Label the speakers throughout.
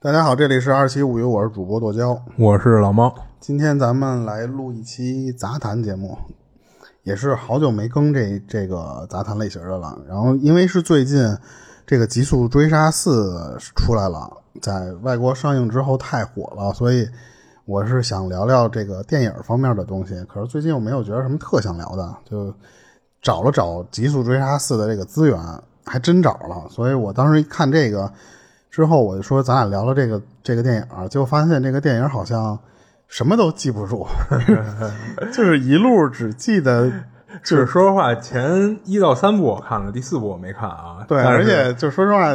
Speaker 1: 大家好，这里是二七物语，我是主播剁椒。
Speaker 2: 我是老猫，
Speaker 1: 今天咱们来录一期杂谈节目，也是好久没更这这个杂谈类型的了。然后因为是最近这个《极速追杀四》出来了，在外国上映之后太火了，所以我是想聊聊这个电影方面的东西。可是最近我没有觉得什么特想聊的，就找了找《极速追杀四》的这个资源，还真找了。所以我当时一看这个之后，我就说咱俩聊聊这个这个电影，结果发现这个电影好像什么都记不住， 就是一路只记得
Speaker 2: 就是说实话，前一到三部我看了，第四部我没看啊。
Speaker 1: 对，
Speaker 2: 但
Speaker 1: 而
Speaker 2: 是
Speaker 1: 且就说实话，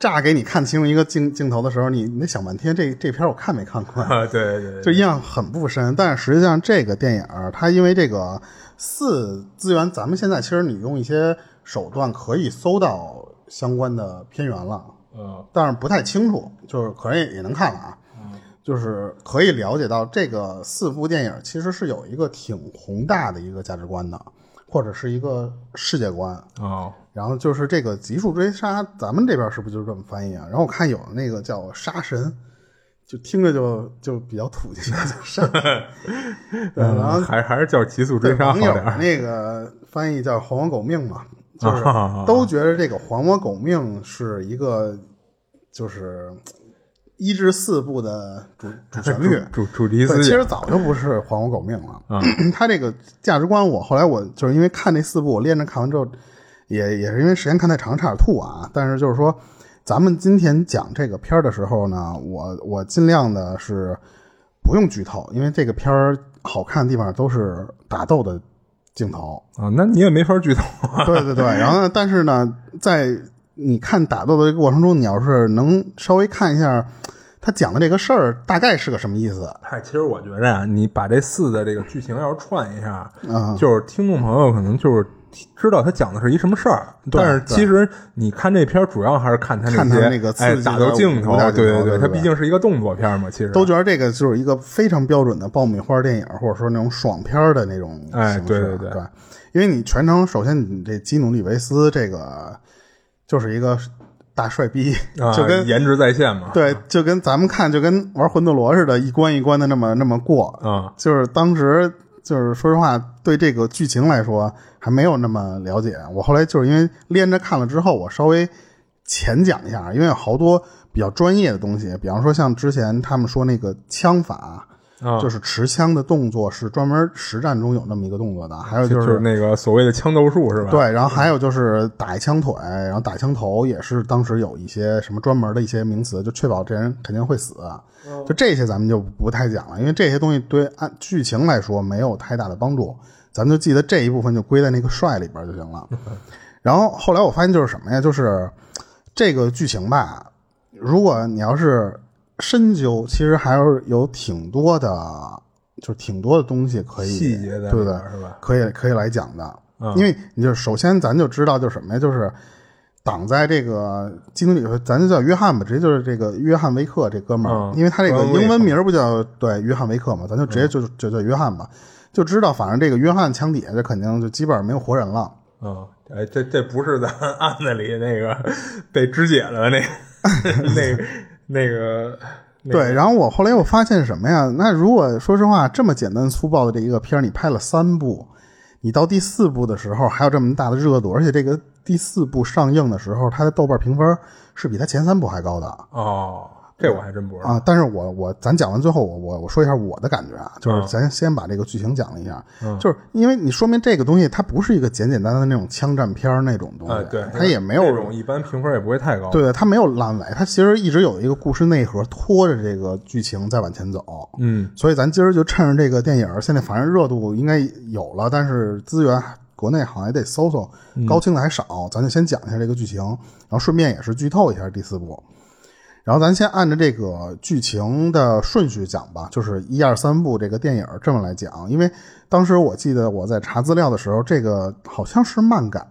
Speaker 1: 乍给你看清楚一个镜镜头的时候，你你得想半天，这这片儿我看没看过，
Speaker 2: 啊， 对对对，
Speaker 1: 就印象很不深。但是实际上，这个电影儿它因为这个四资源，咱们现在其实你用一些手段可以搜到相关的片源了，
Speaker 2: 呃，
Speaker 1: 但是不太清楚，就是可能也也能看了啊。就是可以了解到，这个四部电影其实是有一个挺宏大的一个价值观的，或者是一个世界观。
Speaker 2: 哦，
Speaker 1: 然后就是这个《极速追杀》，咱们这边是不是就是这么翻译啊？然后我看有那个叫“杀神”，就听着就就比较土气，叫 杀神。对，呃然后
Speaker 2: 嗯还还是叫《极速追
Speaker 1: 对
Speaker 2: 杀》好
Speaker 1: 网友
Speaker 2: 点儿。
Speaker 1: 那个翻译叫“还我狗命”嘛， 就是
Speaker 2: 啊啊啊啊
Speaker 1: 都觉得这个“还我狗命”是一个就是一至四部的主主旋 律。
Speaker 2: 主主
Speaker 1: 对，
Speaker 2: 题思
Speaker 1: 其
Speaker 2: 想
Speaker 1: 实早就不是还我狗命了。
Speaker 2: 啊
Speaker 1: 他这个价值观我，后来我就是因为看那四部，我连着看完之后，也也是因为时间看太长，差点吐啊。但是就是说，咱们今天讲这个片儿的时候呢，我我尽量的是不用剧透，因为这个片儿好看的地方都是打斗的镜头。
Speaker 2: 啊，那你也没法剧透
Speaker 1: 对对对，然后呢，但是呢，在你看打斗的这个过程中，你要是能稍微看一下他讲的这个事儿大概是个什么意思，
Speaker 2: 嗨，其实我觉着啊，你把这四的这个剧情要是串一下，
Speaker 1: 嗯
Speaker 2: 就是听众朋友可能就是知道他讲的是一什么事儿，
Speaker 1: 对
Speaker 2: 但是其实你看这片儿主要还是看他
Speaker 1: 看他
Speaker 2: 些
Speaker 1: 那个刺
Speaker 2: 哎
Speaker 1: 激
Speaker 2: 打
Speaker 1: 的
Speaker 2: 斗镜头
Speaker 1: 武打，镜头
Speaker 2: 对
Speaker 1: 对对
Speaker 2: 它
Speaker 1: 对
Speaker 2: 毕竟是一个动作片儿嘛，其实
Speaker 1: 都觉得这个就是一个非常标准的爆米花电影，或者说那种爽片儿的那种形式啊。
Speaker 2: 哎对
Speaker 1: 对
Speaker 2: 对对
Speaker 1: 因为你全程首先你这基努里维斯这个就是一个大帅逼，
Speaker 2: 啊
Speaker 1: 就跟
Speaker 2: 颜值在线嘛，
Speaker 1: 对就跟咱们看就跟玩魂斗罗似的，一关一关的那么那么过。
Speaker 2: 啊，
Speaker 1: 就是当时就是说实话，对这个剧情来说还没有那么了解。我后来就是因为连着看了之后，我稍微浅讲一下，因为有好多比较专业的东西，比方说像之前他们说那个枪法，
Speaker 2: 啊
Speaker 1: 就是持枪的动作是专门实战中有那么一个动作的，还有就
Speaker 2: 嗯就是
Speaker 1: 是。
Speaker 2: 那个所谓的枪斗术是吧？嗯
Speaker 1: 对，然后还有就是打一枪腿，然后打一枪头，也是当时有一些什么专门的一些名词，就确保这人肯定会死。啊
Speaker 2: 哦
Speaker 1: 就这些咱们就不太讲了，因为这些东西对按剧情来说没有太大的帮助，咱们就记得这一部分就归在那个帅里边就行 了。然后后来我发现就是什么呀，就是这个剧情吧，如果你要是深究，其实还是有挺多的，就是挺多的东西可以
Speaker 2: 细节在
Speaker 1: 对不对
Speaker 2: 里边？儿是吧？
Speaker 1: 可以可以来讲的，
Speaker 2: 嗯
Speaker 1: 因为你就首先咱就知道就是什么呀，就是挡在这个基努里，咱就叫约翰吧，直接就是这个约翰维克这哥们儿，
Speaker 2: 嗯
Speaker 1: 因为他这个
Speaker 2: 约翰维克嗯
Speaker 1: 英文名儿不叫对约翰维克嘛，咱就直接就、就叫约翰吧，就知道反正这个约翰枪底下就肯定就基本上没有活人了。
Speaker 2: 嗯，哎，这这不是咱案子里那个 被肢解的那那那个那个
Speaker 1: 对，然后我后来我发现什么呀？那如果说实话，这么简单粗暴的这一个片儿，你拍了三部，你到第四部的时候还有这么大的热度，而且这个第四部上映的时候，它的豆瓣评分是比它前三部还高的。
Speaker 2: 哦，这我还真不知道。
Speaker 1: 啊，但是我我咱讲完最后，我我我说一下我的感觉啊，就是
Speaker 2: 嗯
Speaker 1: 咱先把这个剧情讲了一下，
Speaker 2: 嗯
Speaker 1: 就是因为你说明这个东西它不是一个简简单单的那种枪战片儿那种东西，
Speaker 2: 啊，对，
Speaker 1: 它也没
Speaker 2: 这
Speaker 1: 有
Speaker 2: 种一般评分也不会太高。
Speaker 1: 对它没有烂尾，它其实一直有一个故事内核拖着这个剧情在往前走，
Speaker 2: 嗯，
Speaker 1: 所以咱今儿就趁着这个电影儿现在反正热度应该有了，但是资源国内好像也得搜搜，高清的还少，咱就先讲一下这个剧情，然后顺便也是剧透一下第四部。然后咱先按照这个剧情的顺序讲吧，就是一二三部这个电影儿这么来讲，因为当时我记得我在查资料的时候，这个好像是漫改，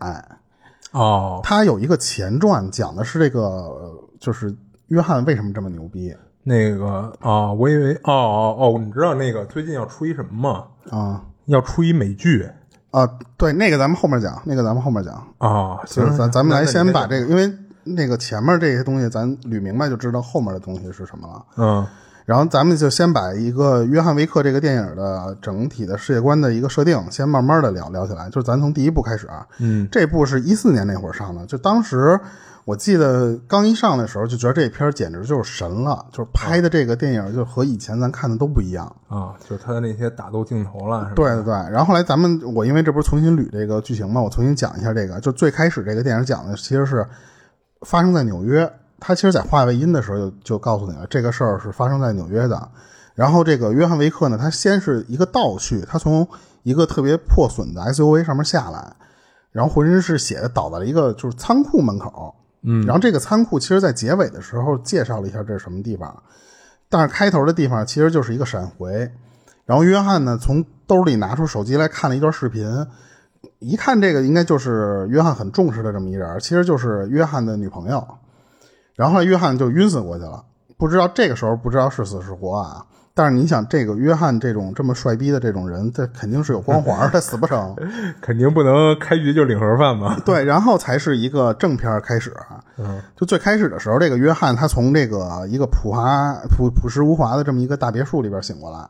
Speaker 2: 哦，
Speaker 1: 它有一个前传，讲的是这个呃就是约翰为什么这么牛逼
Speaker 2: 那个啊，我以为哦哦哦，你知道那个最近要出一什么吗？
Speaker 1: 啊
Speaker 2: 要出一美剧
Speaker 1: 啊、对，那个咱们后面讲，那个咱们后面讲。
Speaker 2: 啊，
Speaker 1: 就是
Speaker 2: 行，
Speaker 1: 咱咱们
Speaker 2: 那
Speaker 1: 来
Speaker 2: 那你
Speaker 1: 先
Speaker 2: 再
Speaker 1: 把这个，因为那个前面这些东西咱捋明白就知道后面的东西是什么了。
Speaker 2: 嗯
Speaker 1: 然后咱们就先把一个约翰·维克这个电影的整体的世界观的一个设定，先慢慢的聊聊起来。就是咱从第一部开始啊，
Speaker 2: 嗯
Speaker 1: 这部是一四年那会儿上的，就当时我记得刚一上的时候就觉得这片儿简直就是神了，就是拍的这个电影就和以前咱看的都不一样。
Speaker 2: 啊，就是他的那些打斗镜头了，是吧？
Speaker 1: 对对对，然后后来咱们我因为这不是重新捋这个剧情嘛，我重新讲一下这个，就最开始这个电影讲的其实是发生在纽约，它其实在画外音的时候就就告诉你了，这个事儿是发生在纽约的。然后这个约翰维克呢，他先是一个倒叙，他从一个特别破损的 SUV 上面下来，然后浑身是血的倒在了一个就是仓库门口。
Speaker 2: 嗯，
Speaker 1: 然后这个仓库其实在结尾的时候介绍了一下这是什么地方，但是开头的地方其实就是一个闪回。然后约翰呢，从兜里拿出手机来看了一段视频，一看这个应该就是约翰很重视的这么一人，其实就是约翰的女朋友。然后呢，约翰就晕死过去了，不知道这个时候不知道是死是活啊。但是你想，这个约翰这种这么帅逼的这种人，这肯定是有光环儿，他死不成。
Speaker 2: 肯定不能开局就领盒饭嘛。
Speaker 1: 对，然后才是一个正片儿开始啊。
Speaker 2: 嗯
Speaker 1: 就最开始的时候，这个约翰他从这个一个普华朴朴实无华的这么一个大别墅里边醒过 来，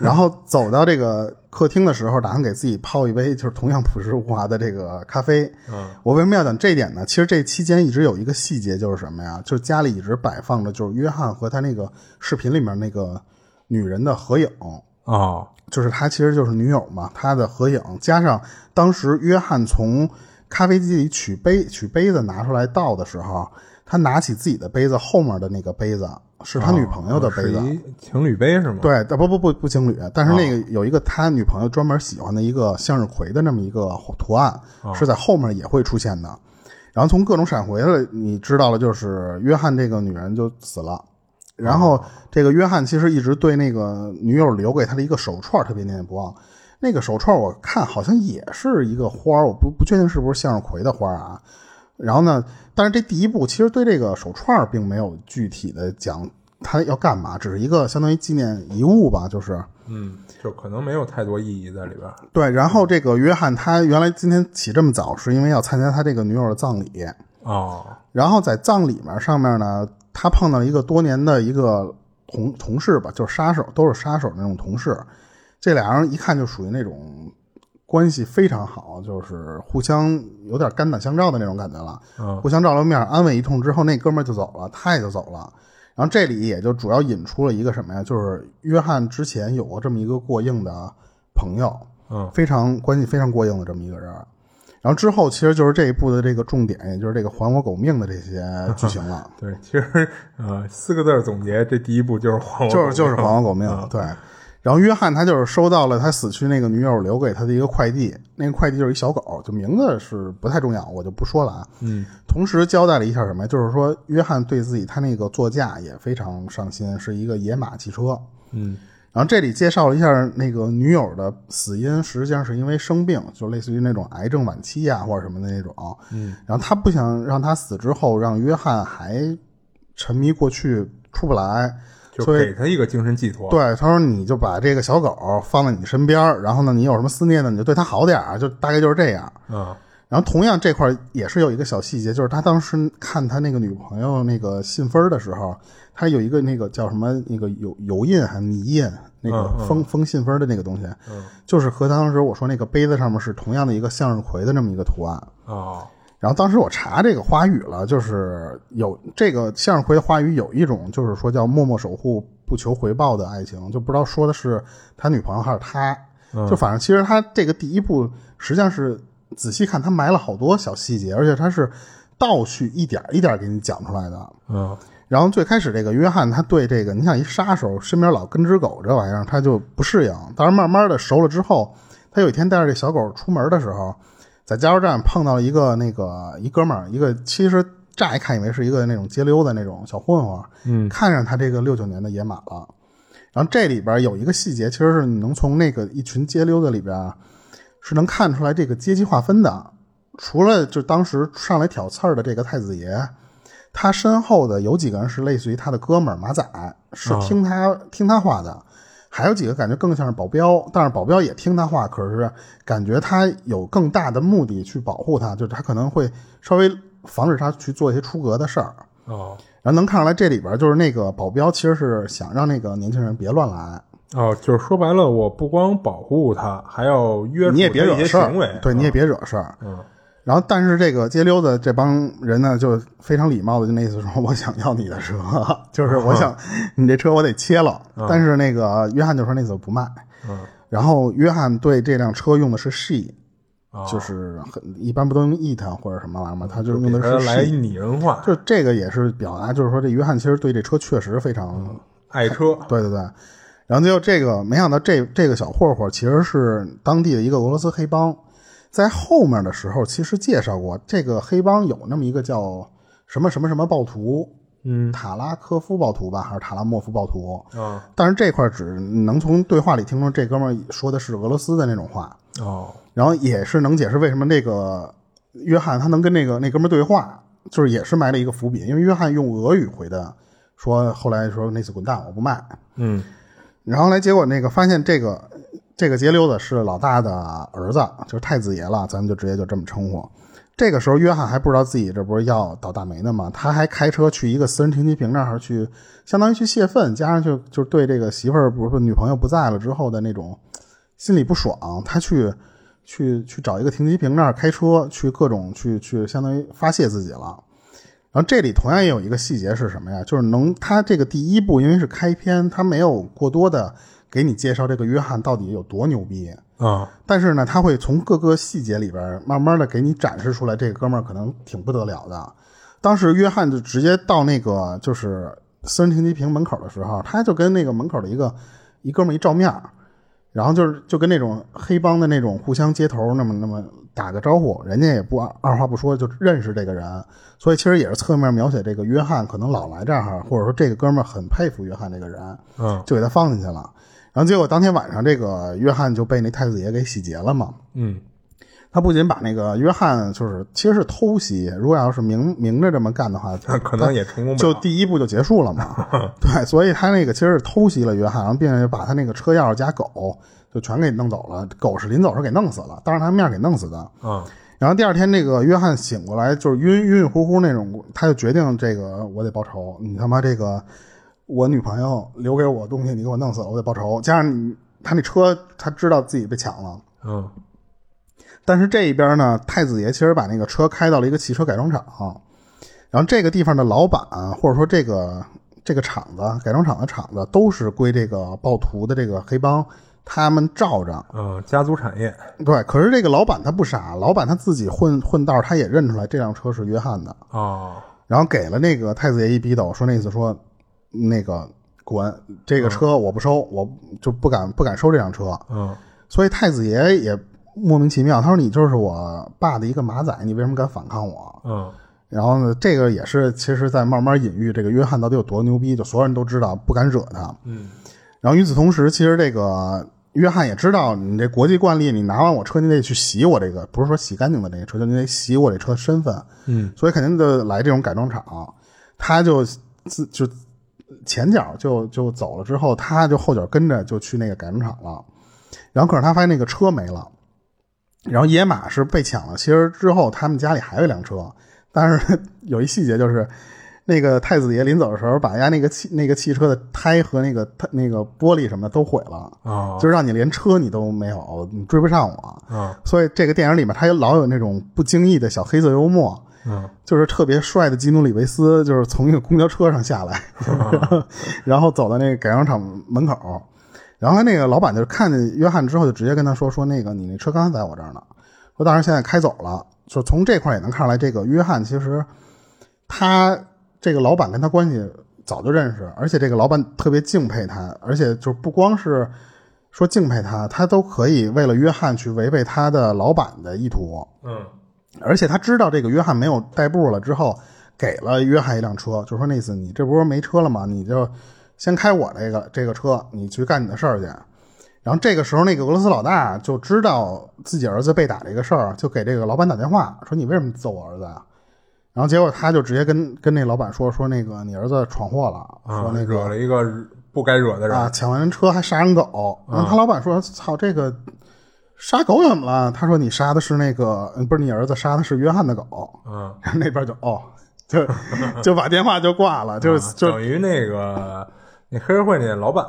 Speaker 1: 然后走到这个客厅的时候，打算给自己泡一杯就是同样朴实无华的这个咖啡。
Speaker 2: 嗯
Speaker 1: 我为什么要讲这一点呢？其实这期间一直有一个细节，就是什么呀？就是家里一直摆放着就是约翰和他那个视频里面那个女人的合影。
Speaker 2: 哦
Speaker 1: 就是他其实就是女友嘛，他的合影加上当时约翰从咖啡机里取杯取杯子拿出来倒的时候，他拿起自己的杯子后面的那个杯子是他女朋友的杯
Speaker 2: 哦是
Speaker 1: 子，
Speaker 2: 一情侣杯是吗？，
Speaker 1: 对，呃但不不不不情侣，但是那个有一个他女朋友专门喜欢的一个向日葵的那么一个图案，是在后面也会出现的。然后从各种闪回了，你知道了，就是约翰这个女人就死了。然后这个约翰其实一直对那个女友留给他的一个手串特别念念不忘。那个手串我看好像也是一个花儿，我不不确定是不是向日葵的花儿啊。然后呢，但是这第一部其实对这个手串儿并没有具体的讲它要干嘛，只是一个相当于纪念遗物吧，就是
Speaker 2: 嗯，就可能没有太多意义在里边儿。
Speaker 1: 对。然后这个约翰他原来今天起这么早，是因为要参加他这个女友的葬礼。
Speaker 2: 哦，
Speaker 1: 然后在葬礼面上面呢，他碰到了一个多年的一个同同事吧，就是杀手，都是杀手那种同事。这俩人一看就属于那种关系非常好，就是互相有点肝胆相照的那种感觉了。
Speaker 2: 嗯
Speaker 1: 互相照了面，安慰一通之后，那哥们儿就走了，他也就走了。然后这里也就主要引出了一个什么呀？就是约翰之前有过这么一个过硬的朋友，
Speaker 2: 嗯，
Speaker 1: 非常关系非常过硬的这么一个人。然后之后其实就是这一部的这个重点，也就是这个还我狗命的这些剧情了
Speaker 2: 对，其实呃四个字儿总结，这第一步就是还我
Speaker 1: 就是就是还我狗命
Speaker 2: 嗯。
Speaker 1: 对，然后约翰他就是收到了他死去那个女友留给他的一个快递，那个快递就是一小狗，就名字是不太重要，我就不说了啊。
Speaker 2: 嗯
Speaker 1: 同时交代了一下什么呀，就是说约翰对自己他那个座驾也非常上心，是一个野马汽车。
Speaker 2: 嗯
Speaker 1: 然后这里介绍了一下那个女友的死因，实际上是因为生病，就类似于那种癌症晚期呀、或者什么的那种。
Speaker 2: 嗯，
Speaker 1: 然后他不想让她死之后让约翰还沉迷过去出不来，
Speaker 2: 就
Speaker 1: 所以
Speaker 2: 给他一个精神寄托。
Speaker 1: 对，他说你就把这个小狗放在你身边儿，然后呢你有什么思念呢你就对它好点儿，就大概就是这样。
Speaker 2: 嗯
Speaker 1: 然后同样这块儿也是有一个小细节，就是他当时看他那个女朋友那个信封儿的时候，他有一个那个叫什么那个油油印还是泥印，那
Speaker 2: 嗯
Speaker 1: 个
Speaker 2: 嗯
Speaker 1: 封封信封儿的那个东西，
Speaker 2: 嗯
Speaker 1: 就是和当时我说那个杯子上面是同样的一个向日葵的那么一个图案。
Speaker 2: 哦
Speaker 1: 然后当时我查这个花语了，就是有这个向日葵的花语有一种就是说叫默默守护不求回报的爱情，就不知道说的是他女朋友还是他，
Speaker 2: 嗯
Speaker 1: 就反正其实他这个第一部实际上是仔细看他埋了好多小细节，而且他是倒叙一点一点给你讲出来的。
Speaker 2: 嗯
Speaker 1: 然后最开始这个约翰他对这个你想一杀手身边老跟只狗这玩意儿他就不适应，但是慢慢的熟了之后，他有一天带着这小狗出门的时候，在加油站碰到一个那个一哥们儿，一个其实乍一看以为是一个那种街溜的那种小混混，
Speaker 2: 嗯
Speaker 1: 看上他这个六九年的野马了。然后这里边有一个细节，其实是你能从那个一群街溜子里边啊是能看出来这个阶级划分的。除了就当时上来挑刺儿的这个太子爷，他身后的有几个人是类似于他的哥们儿马仔，是听他、听他话的。还有几个感觉更像是保镖，但是保镖也听他话，可是感觉他有更大的目的去保护他，就是他可能会稍微防止他去做一些出格的事儿。
Speaker 2: 哦
Speaker 1: 然后能看出来，这里边就是那个保镖其实是想让那个年轻人别乱来，
Speaker 2: 哦，就是说白了，我不光保护他，还要约
Speaker 1: 你也别
Speaker 2: 束
Speaker 1: 惹
Speaker 2: 他一些
Speaker 1: 事
Speaker 2: 行为
Speaker 1: 儿，，对，你也别惹事儿。
Speaker 2: 嗯
Speaker 1: 然后，但是这个街溜子这帮人呢，就非常礼貌的，就那意思说，我想要你的车， 就是我想、
Speaker 2: 嗯
Speaker 1: 你这车我得切了。但是那个约翰就说那次不卖。
Speaker 2: 嗯，
Speaker 1: 然后约翰对这辆车用的是 she，、
Speaker 2: 哦
Speaker 1: 就是很一般不都用 it 或者什么玩意儿吗？他就用
Speaker 2: 给
Speaker 1: 的
Speaker 2: 他
Speaker 1: 是
Speaker 2: 来
Speaker 1: she，
Speaker 2: 拟人化，
Speaker 1: 就这个也是表达，就是说这约翰其实对这车确实非常、
Speaker 2: 爱车，
Speaker 1: 对对对。然后就这个，没想到这这个小混混其实是当地的一个俄罗斯黑帮，在后面的时候其实介绍过，这个黑帮有那么一个叫什么什么什么暴徒，
Speaker 2: 嗯
Speaker 1: 塔拉科夫暴徒吧，还是塔拉莫夫暴徒？
Speaker 2: 啊
Speaker 1: 但是这块儿只能从对话里听出这哥们儿说的是俄罗斯的那种话，
Speaker 2: 哦
Speaker 1: 然后也是能解释为什么那个约翰他能跟那个那哥们儿对话，就是也是埋了一个伏笔，因为约翰用俄语回的，说后来说那次滚蛋，我不卖。
Speaker 2: 嗯
Speaker 1: 然后来结果那个发现这个这个节溜子是老大的儿子，就是太子爷了，咱们就直接就这么称呼。这个时候，约翰还不知道自己这不是要倒大霉呢吗？他还开车去一个私人停机坪那儿去，相当于去泄愤，加上就就是对这个媳妇儿不是女朋友不在了之后的那种心里不爽，他去去去找一个停机坪那儿开车去各种去去，相当于发泄自己了。然后这里同样也有一个细节是什么呀？就是能他这个第一部因为是开篇，他没有过多的给你介绍这个约翰到底有多牛逼，
Speaker 2: 啊
Speaker 1: 但是呢，他会从各个细节里边慢慢的给你展示出来，这个哥们儿可能挺不得了的。当时约翰就直接到那个就是私人停机坪门口的时候，他就跟那个门口的一个一哥们儿一照面儿，然后就是就跟那种黑帮的那种互相接头那么那么打个招呼，人家也不二二话不说就认识这个人，所以其实也是侧面描写这个约翰可能老来这儿，或者说这个哥们儿很佩服约翰这个人。
Speaker 2: 嗯
Speaker 1: 就给他放进去了。然后结果当天晚上，这个约翰就被那太子爷给洗劫了嘛。
Speaker 2: 嗯
Speaker 1: 他不仅把那个约翰就是其实是偷袭，如果要是明明着这么干的话，
Speaker 2: 那可能也成功不
Speaker 1: 就
Speaker 2: 了，
Speaker 1: 第一步就结束了 嘛。对，所以他那个其实是偷袭了约翰，然后并且把他那个车钥匙加狗就全给弄走了。狗是临走时候给弄死了，当着他面给弄死的。
Speaker 2: 啊
Speaker 1: 然后第二天，那个约翰醒过来，就是晕晕晕乎乎那种，他就决定这个我得报仇。你他妈这个我女朋友留给我东西，你给我弄死了，我得报仇。加上你他那车，他知道自己被抢了，
Speaker 2: 嗯
Speaker 1: 但是这一边呢，太子爷其实把那个车开到了一个汽车改装厂，然后这个地方的老板或者说这个这个厂子改装厂的厂子都是归这个暴徒的这个黑帮他们罩着，
Speaker 2: 嗯，家族产业，
Speaker 1: 对，可是这个老板他不傻，老板他自己混混道，他也认出来这辆车是约翰的，
Speaker 2: 哦
Speaker 1: 然后给了那个太子爷一逼斗，说那意思说，那个滚，这个车我不收，我就不敢不敢收这辆车。
Speaker 2: 嗯
Speaker 1: 所以太子爷也莫名其妙，他说你就是我爸的一个马仔，你为什么敢反抗我？
Speaker 2: 嗯
Speaker 1: 然后呢，这个也是其实在慢慢隐喻这个约翰到底有多牛逼，就所有人都知道不敢惹他。
Speaker 2: 嗯
Speaker 1: 然后与此同时，其实这个约翰也知道，你这国际惯例，你拿完我车，你得去洗我这个，不是说洗干净的这个车，就你得洗我这车身份，
Speaker 2: 嗯，
Speaker 1: 所以肯定得来这种改装厂。他就自就前脚就就走了之后，他就后脚跟着就去那个改装厂了。然后可是他发现那个车没了，然后野马是被抢了。其实之后他们家里还有一辆车，但是有一细节就是，那个太子爷临走的时候把人家那个汽那个汽车的胎和那个它那个玻璃什么的都毁了，
Speaker 2: 啊
Speaker 1: 就让你连车你都没有，你追不上我。
Speaker 2: 啊
Speaker 1: 所以这个电影里面他也老有那种不经意的小黑色幽默，
Speaker 2: 嗯
Speaker 1: 就是特别帅的基努里维斯，就是从一个公交车上下来， 然后走到那个改装厂门口，然后那个老板就看见约翰之后，就直接跟他说说那个你那车刚才在我这儿呢，说但是现在开走了，就从这块儿也能看出来，这个约翰其实他这个老板跟他关系早就认识，而且这个老板特别敬佩他，而且就不光是说敬佩他，他都可以为了约翰去违背他的老板的意图。
Speaker 2: 嗯
Speaker 1: 而且他知道这个约翰没有代步了之后，给了约翰一辆车，就说那次你这不是没车了吗？你就先开我这个这个车，你去干你的事儿去。然后这个时候，那个俄罗斯老大就知道自己儿子被打这个事儿，就给这个老板打电话说：“你为什么揍我儿子啊？”然后结果他就直接跟跟那老板说：“说那个你儿子闯祸了，
Speaker 2: 啊
Speaker 1: 说，那个啊
Speaker 2: 惹了一个不该惹的人啊
Speaker 1: 啊，抢完人车还杀人狗。然后他老板说：“操，这个杀狗怎么了？他说你杀的是那个，嗯不是你儿子杀的是约翰的狗。
Speaker 2: 嗯，
Speaker 1: 然后那边就哦，就就把电话就挂了，就
Speaker 2: 啊
Speaker 1: 就
Speaker 2: 等于那个那黑社会那老板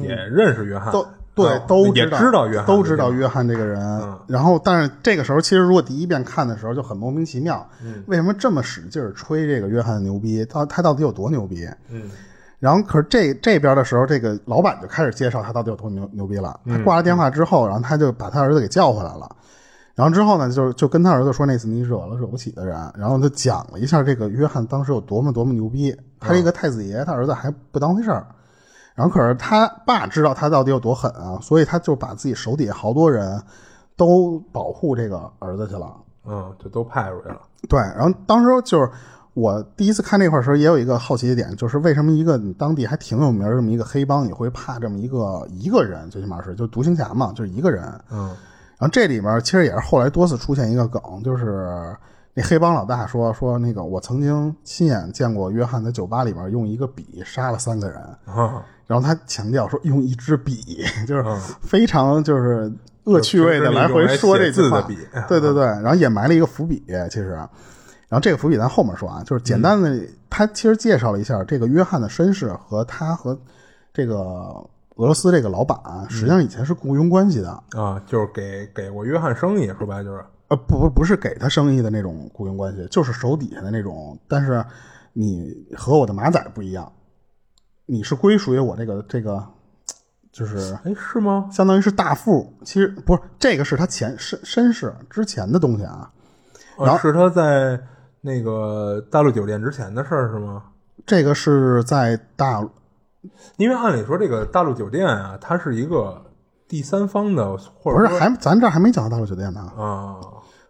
Speaker 2: 也认识约
Speaker 1: 嗯
Speaker 2: 翰，
Speaker 1: 都
Speaker 2: 啊
Speaker 1: 对都
Speaker 2: 也
Speaker 1: 道
Speaker 2: 知道约翰，嗯
Speaker 1: 都知道约翰这个人。然后，但是这个时候，其实如果第一遍看的时候就很莫名其妙，
Speaker 2: 嗯
Speaker 1: 为什么这么使劲儿吹这个约翰牛逼？他他到底有多牛逼？
Speaker 2: 嗯
Speaker 1: 然后，可是这这边的时候，这个老板就开始介绍他到底有多牛牛逼了。他挂了电话之后，然后他就把他儿子给叫回来了。然后之后呢，就就跟他儿子说那次你惹了惹不起的人，然后就讲了一下这个约翰当时有多么多么牛逼。他这个太子爷，他儿子还不当回事儿。然后可是他爸知道他到底有多狠啊，所以他就把自己手底下好多人都保护这个儿子去了。
Speaker 2: 嗯，就都派出去了。
Speaker 1: 对，然后当时就是我第一次看这块儿的时候，也有一个好奇的点，就是为什么一个你当地还挺有名儿这么一个黑帮，你会怕这么一个一个人，最起码是就独行侠嘛，就是一个人。
Speaker 2: 嗯
Speaker 1: 然后这里面其实也是后来多次出现一个梗，就是那黑帮老大说说那个我曾经亲眼见过约翰在酒吧里面用一个笔杀了三个人，
Speaker 2: 啊，
Speaker 1: 然后他强调说用一支笔， 就是
Speaker 2: 嗯
Speaker 1: 非常就是 恶趣味的来回说这句话。
Speaker 2: 就是用来写字的 笔
Speaker 1: 对对对，然后也埋了一个伏笔，其实，然后这个伏笔咱后面说啊，就是简单的，他其实介绍了一下这个约翰的身世和他和这个俄罗斯这个老板啊实际上以前是雇佣关系的，
Speaker 2: 啊，就是给给过约翰生意，说白了就是，
Speaker 1: 呃，不不不是给他生意的那种雇佣关系，就是手底下的那种，但是你和我的马仔不一样，你是归属于我这个这个，就是
Speaker 2: 哎，是吗？
Speaker 1: 相当于是大富，其实不是这个是他前身身世之前的东西啊。
Speaker 2: 啊是他在那个大陆酒店之前的事儿是吗？
Speaker 1: 这个是在大陆
Speaker 2: 因为按理说这个大陆酒店啊，它是一个第三方的，或
Speaker 1: 不
Speaker 2: 者
Speaker 1: 是
Speaker 2: 说
Speaker 1: 还咱这儿还没讲到大陆酒店呢，
Speaker 2: 啊，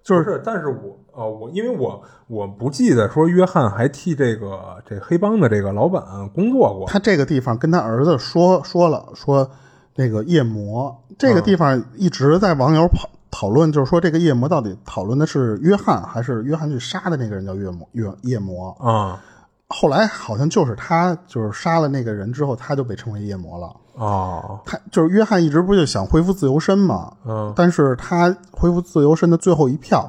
Speaker 1: 就是
Speaker 2: 不是，但是我哦，我因为我我不记得说约翰还替这个这黑帮的这个老板工作过，
Speaker 1: 他这个地方跟他儿子说说了说那个夜魔这
Speaker 2: 嗯
Speaker 1: 个地方一直在网友讨讨论，就是说这个夜魔到底讨论的是约翰还是约翰去杀的那个人叫夜魔夜夜魔？
Speaker 2: 啊
Speaker 1: 后来好像就是他就是杀了那个人之后，他就被称为夜魔了。
Speaker 2: 哦，
Speaker 1: 他就是约翰一直不就想恢复自由身嘛，
Speaker 2: 嗯
Speaker 1: 但是他恢复自由身的最后一票，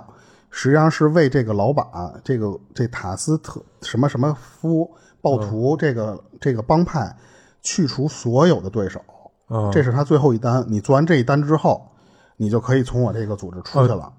Speaker 1: 实际上是为这个老板，这个这塔斯特什么什么夫暴徒、这个这个帮派去除所有的对手，
Speaker 2: 嗯，
Speaker 1: 这是他最后一单。你做完这一单之后，你就可以从我这个组织出去了。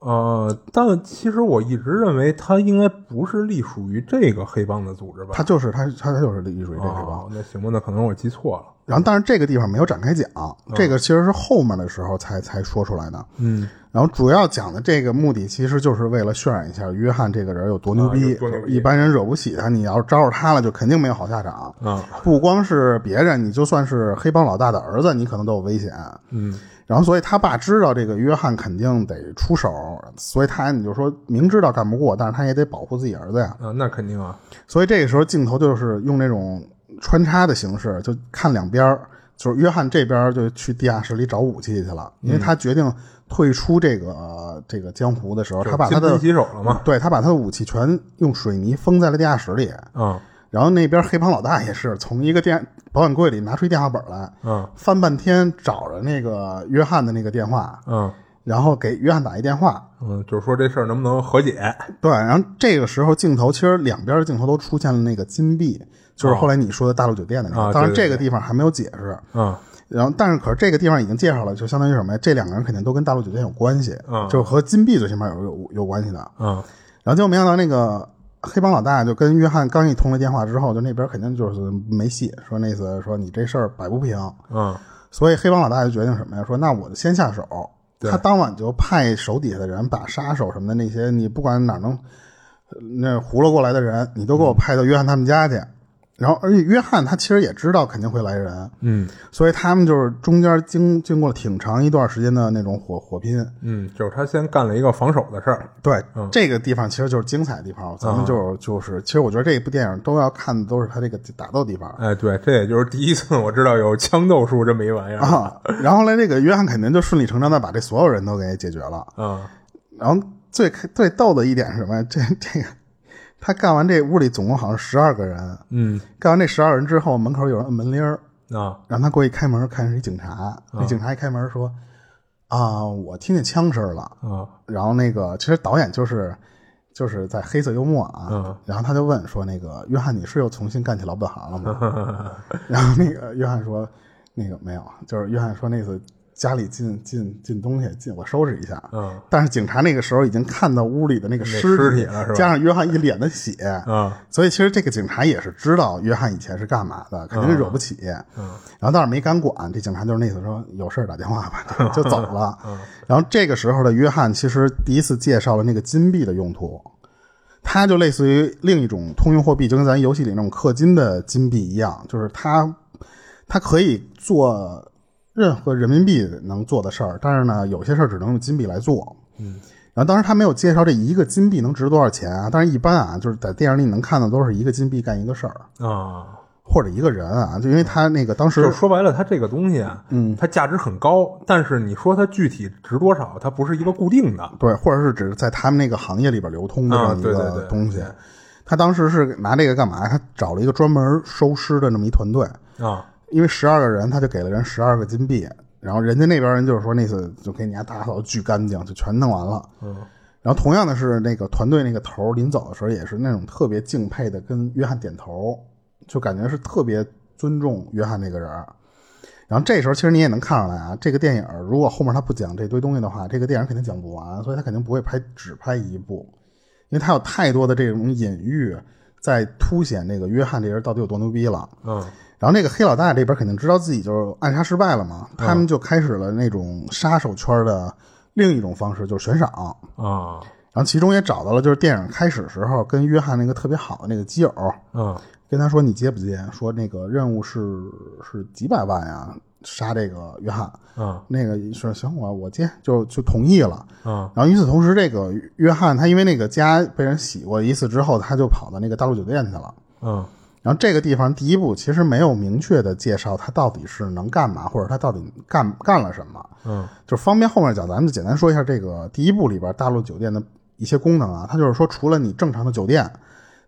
Speaker 2: 呃，但其实我一直认为他应该不是隶属于这个黑帮的组织吧？
Speaker 1: 他就是他他他就是隶属于这个帮。
Speaker 2: 嗯哦，那行吧，那可能我记错了。
Speaker 1: 然后，但是这个地方没有展开讲，这个其实是后面的时候才才说出来的。
Speaker 2: 嗯，
Speaker 1: 然后主要讲的这个目的，其实就是为了渲染一下约翰这个人有多牛
Speaker 2: 啊
Speaker 1: 逼，
Speaker 2: 有多牛逼
Speaker 1: 一般人惹不起他。你要是招惹他了，就肯定没有好下场。
Speaker 2: 啊，
Speaker 1: 不光是别人，你就算是黑帮老大的儿子，你可能都有危险。
Speaker 2: 嗯，
Speaker 1: 然后，所以他爸知道这个约翰肯定得出手，所以他你就说明知道干不过，但是他也得保护自己儿子呀。
Speaker 2: 啊，那肯定啊，
Speaker 1: 所以这个时候镜头就是用那种穿插的形式，就看两边儿，就是约翰这边儿就去地下室里找武器去了，因为他决定退出这个、呃这个江湖的时候，他把他
Speaker 2: 就
Speaker 1: 的
Speaker 2: 金盆洗手了嘛。
Speaker 1: 对他把他的武器全用水泥封在了地下室里。
Speaker 2: 啊
Speaker 1: 然后那边黑帮老大也是从一个电保险柜里拿出一电话本来，
Speaker 2: 啊
Speaker 1: 翻半天找着那个约翰的那个电话，
Speaker 2: 啊
Speaker 1: 然后给约翰打一电话，
Speaker 2: 嗯，就是说这事儿能不能和解？
Speaker 1: 对，然后这个时候镜头其实两边的镜头都出现了那个金币，就是后来你说的大陆酒店的那个。
Speaker 2: 哦啊
Speaker 1: 当然
Speaker 2: 对对
Speaker 1: 这个地方还没有解释。
Speaker 2: 啊
Speaker 1: 然后，但是可是这个地方已经介绍了，就相当于什么呀？这两个人肯定都跟大陆酒店有关系，
Speaker 2: 嗯
Speaker 1: 就是和金币最起码有有有关系的。
Speaker 2: 啊
Speaker 1: 然后结果没想到那个黑帮老大就跟约翰刚一通了电话之后，就那边肯定就是没戏，说那意思说你这事儿摆不平，
Speaker 2: 啊
Speaker 1: 所以黑帮老大就决定什么呀？说那我就先下手。
Speaker 2: 对
Speaker 1: 他当晚就派手底下的人把杀手什么的那些，你不管哪能呃那糊了过来的人，你都给我派到约翰他们家去。然后，而且约翰他其实也知道肯定会来人，
Speaker 2: 嗯
Speaker 1: 所以他们就是中间经经过了挺长一段时间的那种火火拼。嗯
Speaker 2: 嗯，就是他先干了一个防守的事儿。
Speaker 1: 对，这个地方其实就是精彩的地方。咱们就是就是，其实我觉得这部电影都要看的都是他这个打斗地方。
Speaker 2: 哎，对，这也就是第一次我知道有枪斗术这么一玩意儿。
Speaker 1: 啊，然后后来这个约翰肯定就顺理成章的把这所有人都给解决了。
Speaker 2: 啊
Speaker 1: 然后最最逗的一点是什么呀？ 这这个他干完这屋里总共好像十二个人，
Speaker 2: 嗯
Speaker 1: 干完这十二人之后，门口有人摁门铃儿，
Speaker 2: 啊
Speaker 1: 让他过去开门，看是一警察。那警察一开门说：“啊，啊、我听见枪声了。
Speaker 2: 啊
Speaker 1: 然后那个其实导演就是就是在黑色幽默啊，
Speaker 2: 嗯
Speaker 1: 然后他就问说那个约翰，你是又重新干起老本行了吗？然后那个约翰说那个没有，就是约翰说那次家里进进进东西进我收拾一下。
Speaker 2: 嗯
Speaker 1: 但是警察那个时候已经看到屋里的那个尸
Speaker 2: 尸体了是吧
Speaker 1: 加上约翰一脸的血，
Speaker 2: 啊
Speaker 1: 所以其实这个警察也是知道约翰以前是干嘛的，肯定惹不起。
Speaker 2: 嗯
Speaker 1: 然后但是没敢管，这警察就是那意思说有事儿打电话吧，就走 了。
Speaker 2: 嗯
Speaker 1: 然后这个时候的约翰其实第一次介绍了那个金币的用途，它就类似于另一种通用货币，就跟咱游戏里那种氪金的金币一样，就是它它可以做任何人民币能做的事儿，但是呢，有些事儿只能用金币来做。
Speaker 2: 嗯，
Speaker 1: 然后当时他没有介绍这一个金币能值多少钱啊，但是一般啊，就是在电影里能看到都是一个金币干一个事儿。
Speaker 2: 啊，
Speaker 1: 或者一个人啊，就因为他那个当时
Speaker 2: 就是说白了，它这个东西啊，
Speaker 1: 嗯，
Speaker 2: 它价值很高，但是你说它具体值多少，它不是一个固定的。
Speaker 1: 对，或者是只是在他们那个行业里边流通的这
Speaker 2: 啊
Speaker 1: 么一
Speaker 2: 对对
Speaker 1: 个
Speaker 2: 对
Speaker 1: 东西。他当时是拿这个干嘛？他找了一个专门收尸的这么一团队，
Speaker 2: 啊
Speaker 1: 因为十二个人，他就给了人十二个金币，然后人家那边人就是说那次就给你家打扫得巨干净，就全弄完了。
Speaker 2: 嗯
Speaker 1: 然后同样的是，那个团队那个头儿临走的时候也是那种特别敬佩的，跟约翰点头，就感觉是特别尊重约翰这个人儿。然后这时候其实你也能看出来啊，这个电影儿如果后面他不讲这堆东西的话，这个电影肯定讲不完，所以他肯定不会拍只拍一部，因为他有太多的这种隐喻在凸显那个约翰这人到底有多牛逼了。
Speaker 2: 嗯
Speaker 1: 然后那个黑老大这边肯定知道自己就是暗杀失败了嘛，他们就开始了那种杀手圈的另一种方式，就是悬赏。
Speaker 2: 啊
Speaker 1: 然后其中也找到了，就是电影开始时候跟约翰那个特别好的那个基友，
Speaker 2: 嗯
Speaker 1: 跟他说你接不接？说那个任务是是几百万呀，杀这个约翰。
Speaker 2: 嗯
Speaker 1: 那个说行，我我接，就就同意了。
Speaker 2: 嗯
Speaker 1: 然后与此同时，这个约翰他因为那个家被人洗过一次之后，他就跑到那个大陆酒店去了。
Speaker 2: 嗯
Speaker 1: 然后这个地方第一步其实没有明确的介绍他到底是能干嘛，或者他到底干干了什么。
Speaker 2: 嗯
Speaker 1: 就是方便后面讲，咱们就简单说一下这个第一部里边大陆酒店的一些功能啊。它就是说，除了你正常的酒店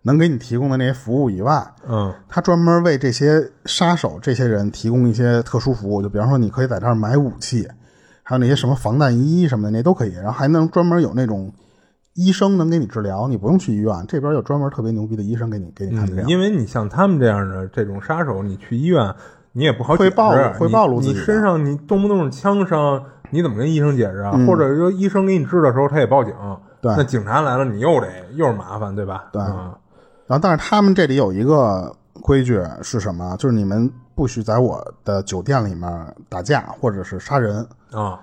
Speaker 1: 能给你提供的那些服务以外，
Speaker 2: 嗯
Speaker 1: 它专门为这些杀手这些人提供一些特殊服务，就比方说你可以在这儿买武器，还有那些什么防弹衣什么的那都可以，然后还能专门有那种。医生能给你治疗，你不用去医院，这边有专门特别牛逼的医生给你给你看病
Speaker 2: 嗯，。因为你像他们这样的这种杀手，你去医院你也不好
Speaker 1: 会
Speaker 2: 解释啊
Speaker 1: 暴露会
Speaker 2: 你
Speaker 1: 暴露自
Speaker 2: 你
Speaker 1: 己的
Speaker 2: 身上你动不动是枪伤，你怎么跟医生解释啊？或者说医生给你治的时候他也报警，
Speaker 1: 嗯对
Speaker 2: 那警察来了你又得又是麻烦，对吧？
Speaker 1: 对
Speaker 2: 嗯
Speaker 1: 然后，但是他们这里有一个规矩是什么？就是你们不许在我的酒店里面打架或者是杀人，
Speaker 2: 啊，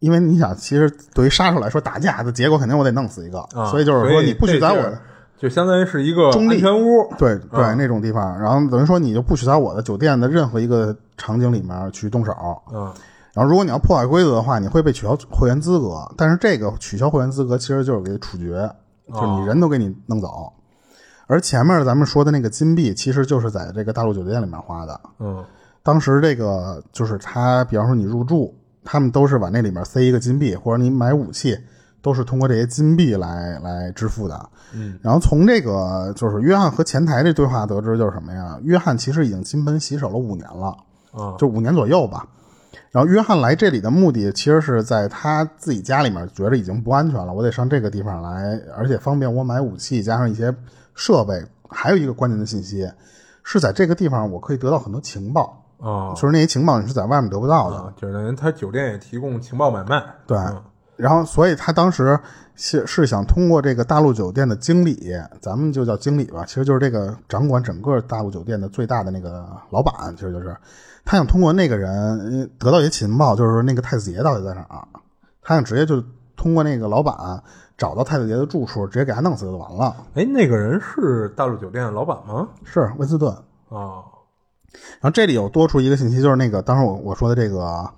Speaker 1: 因为你想，其实对于杀手来说，打架的结果肯定我得弄死一个，
Speaker 2: 啊
Speaker 1: 所以就是说你不许在
Speaker 2: 这地
Speaker 1: 我
Speaker 2: 儿就相当于是一个
Speaker 1: 中立
Speaker 2: 安全屋，
Speaker 1: 对对、那种地方，然后等于说你就不许在我的酒店的任何一个场景里面去动手。
Speaker 2: 嗯
Speaker 1: 然后，如果你要破坏规则的话，你会被取消会员资格。但是这个取消会员资格其实就是给处决，就是你人都给你弄走。而前面咱们说的那个金币，其实就是在这个大陆酒店里面花的。
Speaker 2: 嗯
Speaker 1: 当时这个就是他，比方说你入住，他们都是往那里面塞一个金币，或者你买武器，都是通过这些金币来来支付的。
Speaker 2: 嗯，
Speaker 1: 然后从这个就是约翰和前台这对话得知，就是什么呀？约翰其实已经金盆洗手了五年了，
Speaker 2: 啊
Speaker 1: 就五年左右吧。然后约翰来这里的目的，其实是在他自己家里面觉得已经不安全了，我得上这个地方来，而且方便我买武器，加上一些设备。还有一个关键的信息，是在这个地方我可以得到很多情报。
Speaker 2: 啊
Speaker 1: 就是那些情报你是在外面得不到的。
Speaker 2: 啊，就是等于他酒店也提供情报买卖，
Speaker 1: 对
Speaker 2: 嗯
Speaker 1: 然后，所以他当时是是想通过这个大陆酒店的经理，咱们就叫经理吧，其实就是这个掌管整个大陆酒店的最大的那个老板，其实就是他想通过那个人呃得到一些情报，就是说那个太子爷到底在哪儿，啊他想直接就通过那个老板找到太子爷的住处，直接给他弄死就完了。
Speaker 2: 哎，那个人是大陆酒店的老板吗？
Speaker 1: 是温斯顿，
Speaker 2: 啊，
Speaker 1: 然后这里有多出一个信息，就是那个当时我我说的这个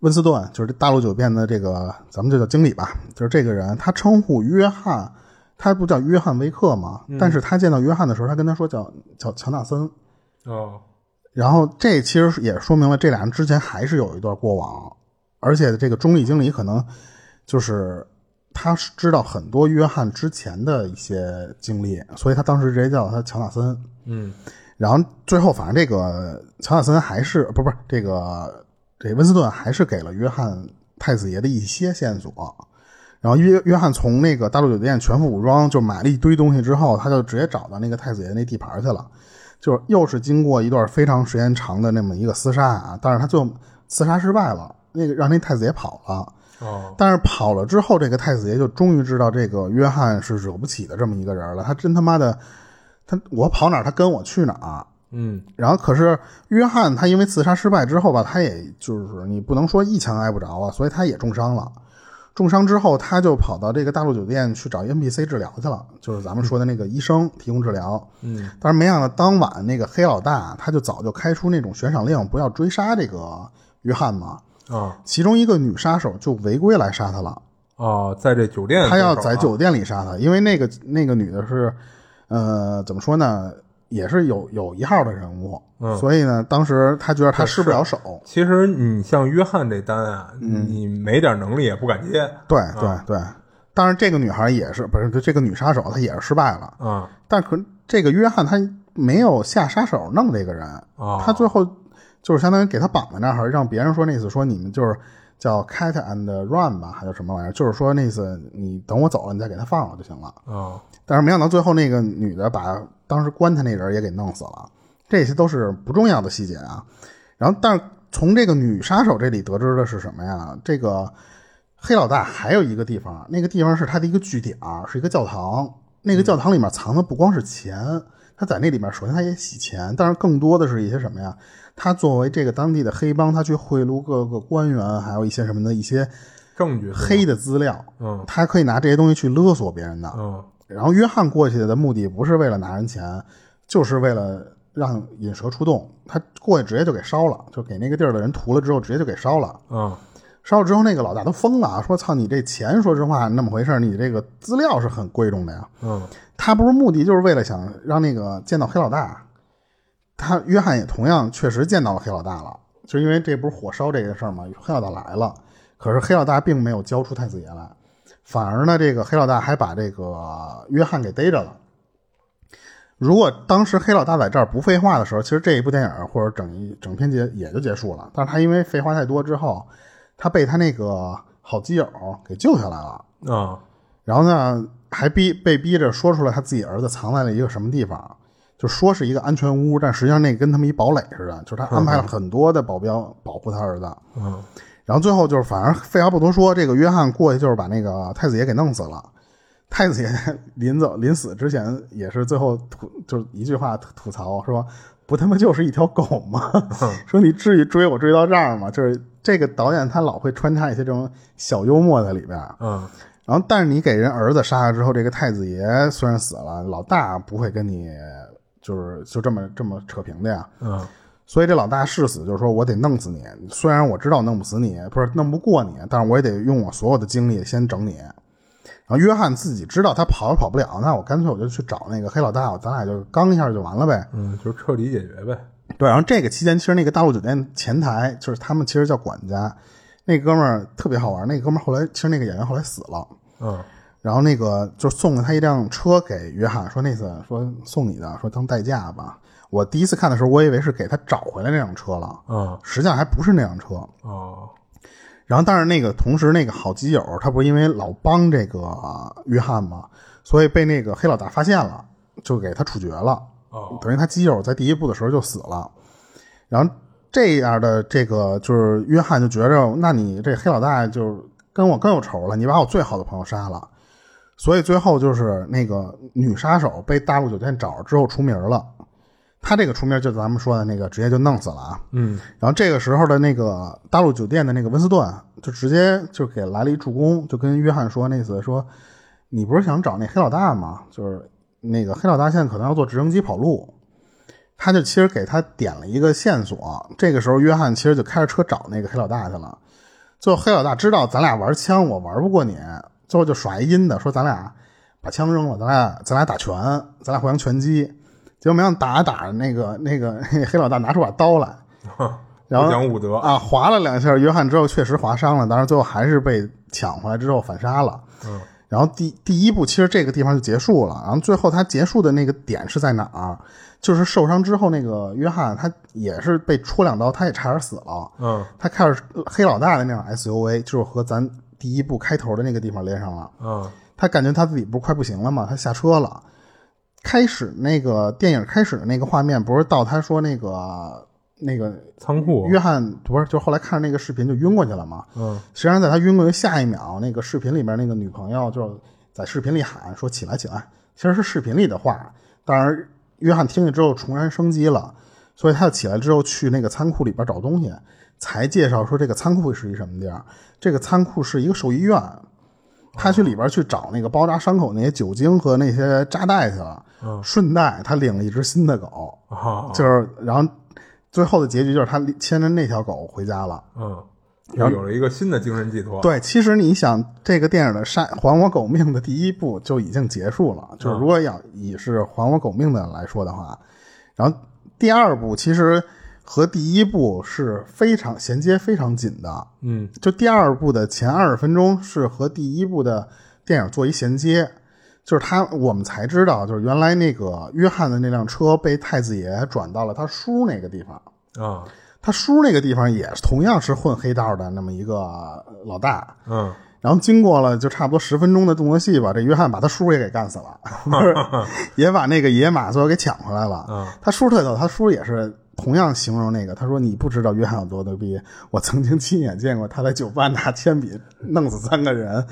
Speaker 1: 温斯顿，就是这大陆酒店的这个，咱们就叫经理吧，就是这个人，他称呼约翰，他不叫约翰威克吗？但是他见到约翰的时候，他跟他说叫叫乔纳森。
Speaker 2: 哦，
Speaker 1: 然后这其实也说明了这俩人之前还是有一段过往，而且这个中立经理可能就是他是知道很多约翰之前的一些经历，所以他当时直接叫他乔纳森。
Speaker 2: 嗯
Speaker 1: 然后最后，反正这个乔纳森还是不不是这个这温斯顿还是给了约翰太子爷的一些线索。然后约约翰从那个大陆酒店全副武装就买了一堆东西之后，他就直接找到那个太子爷那地盘去了，就是又是经过一段非常时间长的那么一个厮杀啊，但是他最后刺杀失败了，那个让那太子爷跑了。
Speaker 2: 哦，
Speaker 1: 但是跑了之后，这个太子爷就终于知道这个约翰是惹不起的这么一个人了。他真他妈的，他我跑哪儿，他跟我去哪儿。啊
Speaker 2: 嗯
Speaker 1: 然后可是约翰他因为刺杀失败之后吧，他也就是你不能说一枪挨不着啊，所以他也重伤了。重伤之后，他就跑到这个大陆酒店去找 NPC 治疗去了，就是咱们说的那个医生提供治疗。
Speaker 2: 嗯，
Speaker 1: 但是没想到当晚那个黑老大他就早就开出那种悬赏令，不要追杀这个约翰嘛。
Speaker 2: 哦
Speaker 1: 其中一个女杀手就违规来杀他了，
Speaker 2: 哦，在这酒店，啊
Speaker 1: 他要在，酒店里杀他，因为那个那个女的是，呃，怎么说呢，也是有有一号的人物，
Speaker 2: 嗯
Speaker 1: 所以呢，当时他觉得他失不了手，
Speaker 2: 其实你像约翰这单啊，
Speaker 1: 嗯
Speaker 2: 你没点能力也不敢接
Speaker 1: 对对对。当然，这个女孩也是不是这个女杀手，她也是失败了，
Speaker 2: 啊
Speaker 1: 但可这个约翰他没有下杀手弄这个人，
Speaker 2: 啊，
Speaker 1: 他最后就是相当于给他绑在那儿，让别人说那意思说你们就是叫 cat and run 吧，还是什么玩意儿，就是说那意思你等我走了，你再给他放了就行了。
Speaker 2: 啊
Speaker 1: 但是没想到最后那个女的把当时关她那人也给弄死了，这些都是不重要的细节啊。然后，但是从这个女杀手这里得知的是什么呀？这个黑老大还有一个地方，那个地方是他的一个据点儿，是一个教堂。那个教堂里面藏的不光是钱，他在那里面首先他也洗钱，但是更多的是一些什么呀？他作为这个当地的黑帮，他去贿赂各个官员，还有一些什么的一些
Speaker 2: 证据，
Speaker 1: 黑的资料，
Speaker 2: 嗯
Speaker 1: 他可以拿这些东西去勒索别人的。
Speaker 2: 嗯
Speaker 1: 然后约翰过去的目的不是为了拿人钱，就是为了让引蛇出洞。他过去直接就给烧了，就给那个地儿的人屠了之后，直接就给烧了。
Speaker 2: 嗯
Speaker 1: 烧了之后，那个老大都疯了，啊说：“操，你这钱，说实话那么回事儿，你这个资料是很贵重的呀。
Speaker 2: 嗯”
Speaker 1: 他不是目的就是为了想让那个见到黑老大。他约翰也同样确实见到了黑老大了，就因为这不是火烧这个事儿嘛，黑老大来了，可是黑老大并没有交出太子爷来，反而呢，这个黑老大还把这个约翰给逮着了。如果当时黑老大在这儿不废话的时候，其实这一部电影或者整一整篇结也就结束了。但是他因为废话太多之后，他被他那个好基友给救下来了，
Speaker 2: 啊
Speaker 1: 然后呢还逼被逼着说出来他自己儿子藏在了一个什么地方，就说是一个安全屋，但实际上那跟他们一堡垒似的，就是他安排了很多的保镖保护他儿子。
Speaker 2: 嗯
Speaker 1: 然后最后就是，反正废话不多说，这个约翰过去就是把那个太子爷给弄死了。太子爷临走临死之前也是最后吐就是一句话吐吐槽说：“不他妈就是一条狗吗？ 说你至于追我追到这儿吗？”就是这个导演他老会穿插一些这种小幽默在里边。
Speaker 2: 嗯
Speaker 1: 然后，但是你给人儿子杀了之后，这个太子爷虽然死了，老大不会跟你就是就这么这么扯平的呀。
Speaker 2: 嗯
Speaker 1: 所以这老大誓死就是说我得弄死你，虽然我知道弄不死你，不是弄不过你，但是我也得用我所有的精力先整你。然后约翰自己知道他跑也跑不了，那我干脆我就去找那个黑老大，我咱俩就刚一下就完了呗。
Speaker 2: 嗯，就彻底解决呗，
Speaker 1: 对，然后这个期间，其实那个大陆酒店前台就是他们其实叫管家，那哥们儿特别好玩，那哥们儿后来其实那个演员后来死了。
Speaker 2: 嗯
Speaker 1: 然后那个就送了他一辆车给约翰，说那次说送你的，说当代驾吧。我第一次看的时候，我以为是给他找回来那辆车了，
Speaker 2: 嗯
Speaker 1: 实际上还不是那辆车。
Speaker 2: 哦
Speaker 1: 然后，但是那个同时那个好基友，他不是因为老帮这个呃约翰嘛，所以被那个黑老大发现了，就给他处决了。
Speaker 2: 哦
Speaker 1: 等于他基友在第一部的时候就死了。然后这样的这个就是约翰就觉着，那你这黑老大就是跟我更有仇了，你把我最好的朋友杀了。所以最后就是那个女杀手被大陆酒店找着之后出名了，她这个出名就咱们说的那个直接就弄死了啊。
Speaker 2: 嗯
Speaker 1: 然后这个时候的那个大陆酒店的那个温斯顿就直接就给来了一助攻，就跟约翰说那次说，你不是想找那黑老大吗？就是那个黑老大现在可能要坐直升机跑路，他就其实给他点了一个线索。这个时候约翰其实就开着车找那个黑老大去了。最后黑老大知道咱俩玩枪，我玩不过你，最后就耍一阴的说咱俩把枪扔了，咱俩咱俩打拳，咱俩互相拳击。结果没想到打着打着，那个那个黑老大拿出把刀来。然后
Speaker 2: 不讲武德，
Speaker 1: 啊，划了两下约翰之后确实划伤了，但是最后还是被抢回来之后反杀了。
Speaker 2: 嗯，
Speaker 1: 然后第第一部其实这个地方就结束了，然后最后他结束的那个点是在哪儿？就是受伤之后那个约翰，他也是被戳两刀，他也差点死了。
Speaker 2: 嗯
Speaker 1: 他开着黑老大的那种 SUV，就是和咱第一部开头的那个地方连上了。
Speaker 2: 嗯
Speaker 1: 他感觉他自己不是快不行了吗？他下车了。开始那个电影开始的那个画面，不是到他说那个那个
Speaker 2: 仓库，
Speaker 1: 约翰不是，就后来看着那个视频就晕过去了嘛。
Speaker 2: 嗯
Speaker 1: 实际上，在他晕过去下一秒，那个视频里面那个女朋友就在视频里喊说：“起来，起来！”其实是视频里的话，当然约翰听见之后重燃生机了，所以他就起来之后去那个仓库里边找东西，才介绍说这个仓库是一什么地儿。这个仓库是一个兽医院，他去里边去找那个包扎伤口那些酒精和那些扎带去了，
Speaker 2: 嗯
Speaker 1: 顺带他领了一只新的狗，
Speaker 2: 啊
Speaker 1: 就是然后最后的结局就是他牵着那条狗回家了。
Speaker 2: 嗯，又有了一个新的精神寄托。
Speaker 1: 对，其实你想，这个电影的杀《还我狗命》的第一部就已经结束了，就是如果要以是《还我狗命》的来说的话，然后第二部其实和第一部是非常衔接非常紧的，
Speaker 2: 嗯
Speaker 1: 就第二部的前二十分钟是和第一部的电影做一衔接，就是他我们才知道，就是原来那个约翰的那辆车被太子爷转到了他叔那个地方，
Speaker 2: 啊
Speaker 1: 他叔那个地方也同样是混黑道的那么一个呃老大，
Speaker 2: 嗯
Speaker 1: 然后经过了就差不多十分钟的动作戏吧，这约翰把他叔也给干死了，不是也把那个野马最后给抢回来了。
Speaker 2: 嗯
Speaker 1: 他叔特逗，他叔也是同样形容那个，他说你不知道约翰有多牛逼，我曾经亲眼见过他在酒吧拿铅笔弄死三个人，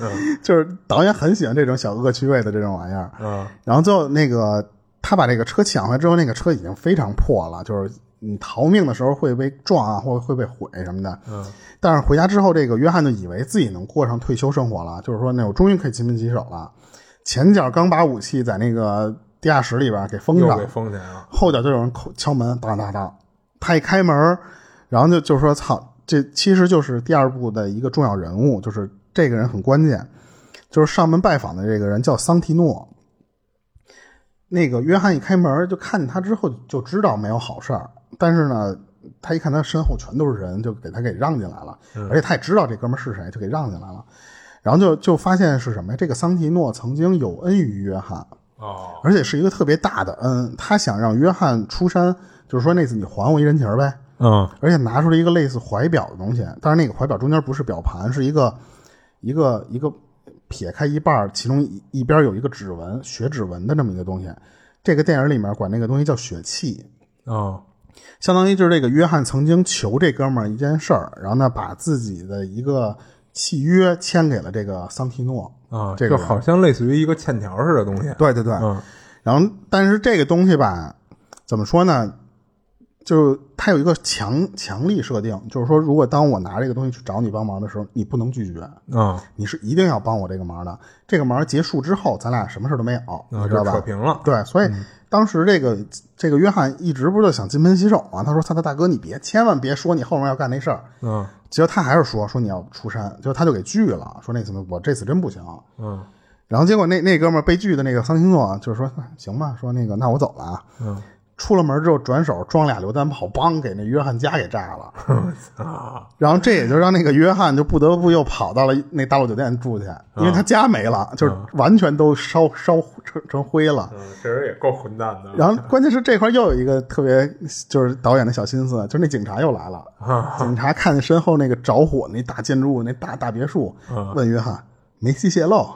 Speaker 1: 就是导演很喜欢这种小恶趣味的这种玩意儿。
Speaker 2: 嗯
Speaker 1: 然后最后那个他把这个车抢回来之后，那个车已经非常破了，就是你逃命的时候会被撞啊，或会被毁什么的。
Speaker 2: 嗯
Speaker 1: 但是回家之后，这个约翰就以为自己能过上退休生活了，就是说那我终于可以勤兵洗手了。前脚刚把武器在那个地下室里边给封
Speaker 2: 又
Speaker 1: 上
Speaker 2: 给，封起来了。
Speaker 1: 后脚就有人叩敲门，当当当。他一开门，然后就就说：“操，这其实就是第二部的一个重要人物，就是这个人很关键，就是上门拜访的这个人叫桑提诺。”那个约翰一开门就看见他之后就知道没有好事儿，但是呢，他一看他身后全都是人，就给他给让进来了，而且他也知道这哥们儿是谁，就给让进来了。然后就就发现是什么呀？这个桑提诺曾经有恩于约翰，
Speaker 2: 哦，
Speaker 1: 而且是一个特别大的恩，他想让约翰出山，就是说那次你还我一人情儿呗。
Speaker 2: 嗯
Speaker 1: 而且拿出了一个类似怀表的东西，但是那个怀表中间不是表盘，是一个一个一个撇开一半儿，其中一一边有一个指纹，血指纹的这么一个东西。这个电影里面管那个东西叫血契，
Speaker 2: 嗯
Speaker 1: 相当于就是这个约翰曾经求这哥们儿一件事儿，然后呢把自己的一个契约签给了这个桑提诺。
Speaker 2: 啊，
Speaker 1: 这
Speaker 2: 就
Speaker 1: 个啊
Speaker 2: 好像类似于一个欠条似的东西。
Speaker 1: 对对对，
Speaker 2: 嗯
Speaker 1: 然后，但是这个东西吧，怎么说呢？就是它有一个强强力设定，就是说，如果当我拿这个东西去找你帮忙的时候，你不能拒绝，
Speaker 2: 嗯，
Speaker 1: 你是一定要帮我这个忙的。这个忙结束之后，咱俩什么事儿都没有，你
Speaker 2: 啊，
Speaker 1: 知道
Speaker 2: 就
Speaker 1: 吧
Speaker 2: 扯？嗯平了。
Speaker 1: 对，所以当时这个这个约翰一直不是想金盆洗手啊嘛？他说：“他的大哥，你别千万别说你后面要干那事儿。”
Speaker 2: 嗯
Speaker 1: 结果他还是说说你要出山，结果他就给拒了，说那次我这次真不行。
Speaker 2: 嗯
Speaker 1: 然后结果那那哥们儿被拒的那个桑星诺就是说哎行吧，说那个那我走了啊。
Speaker 2: 嗯
Speaker 1: 出了门之后转手装俩榴弹炮，梆给那约翰家给炸了。
Speaker 2: 啊
Speaker 1: 然后这也就让那个约翰就不得不又跑到了那大陆酒店住去，因为他家没了，就是完全都烧烧成成灰了。
Speaker 2: 嗯，这人也够混蛋的。
Speaker 1: 然后关键是这块又有一个特别就是导演的小心思，就是那警察又来了。
Speaker 2: 啊
Speaker 1: 警察看见身后那个着火那大建筑物那大大别墅，问约翰煤气泄漏。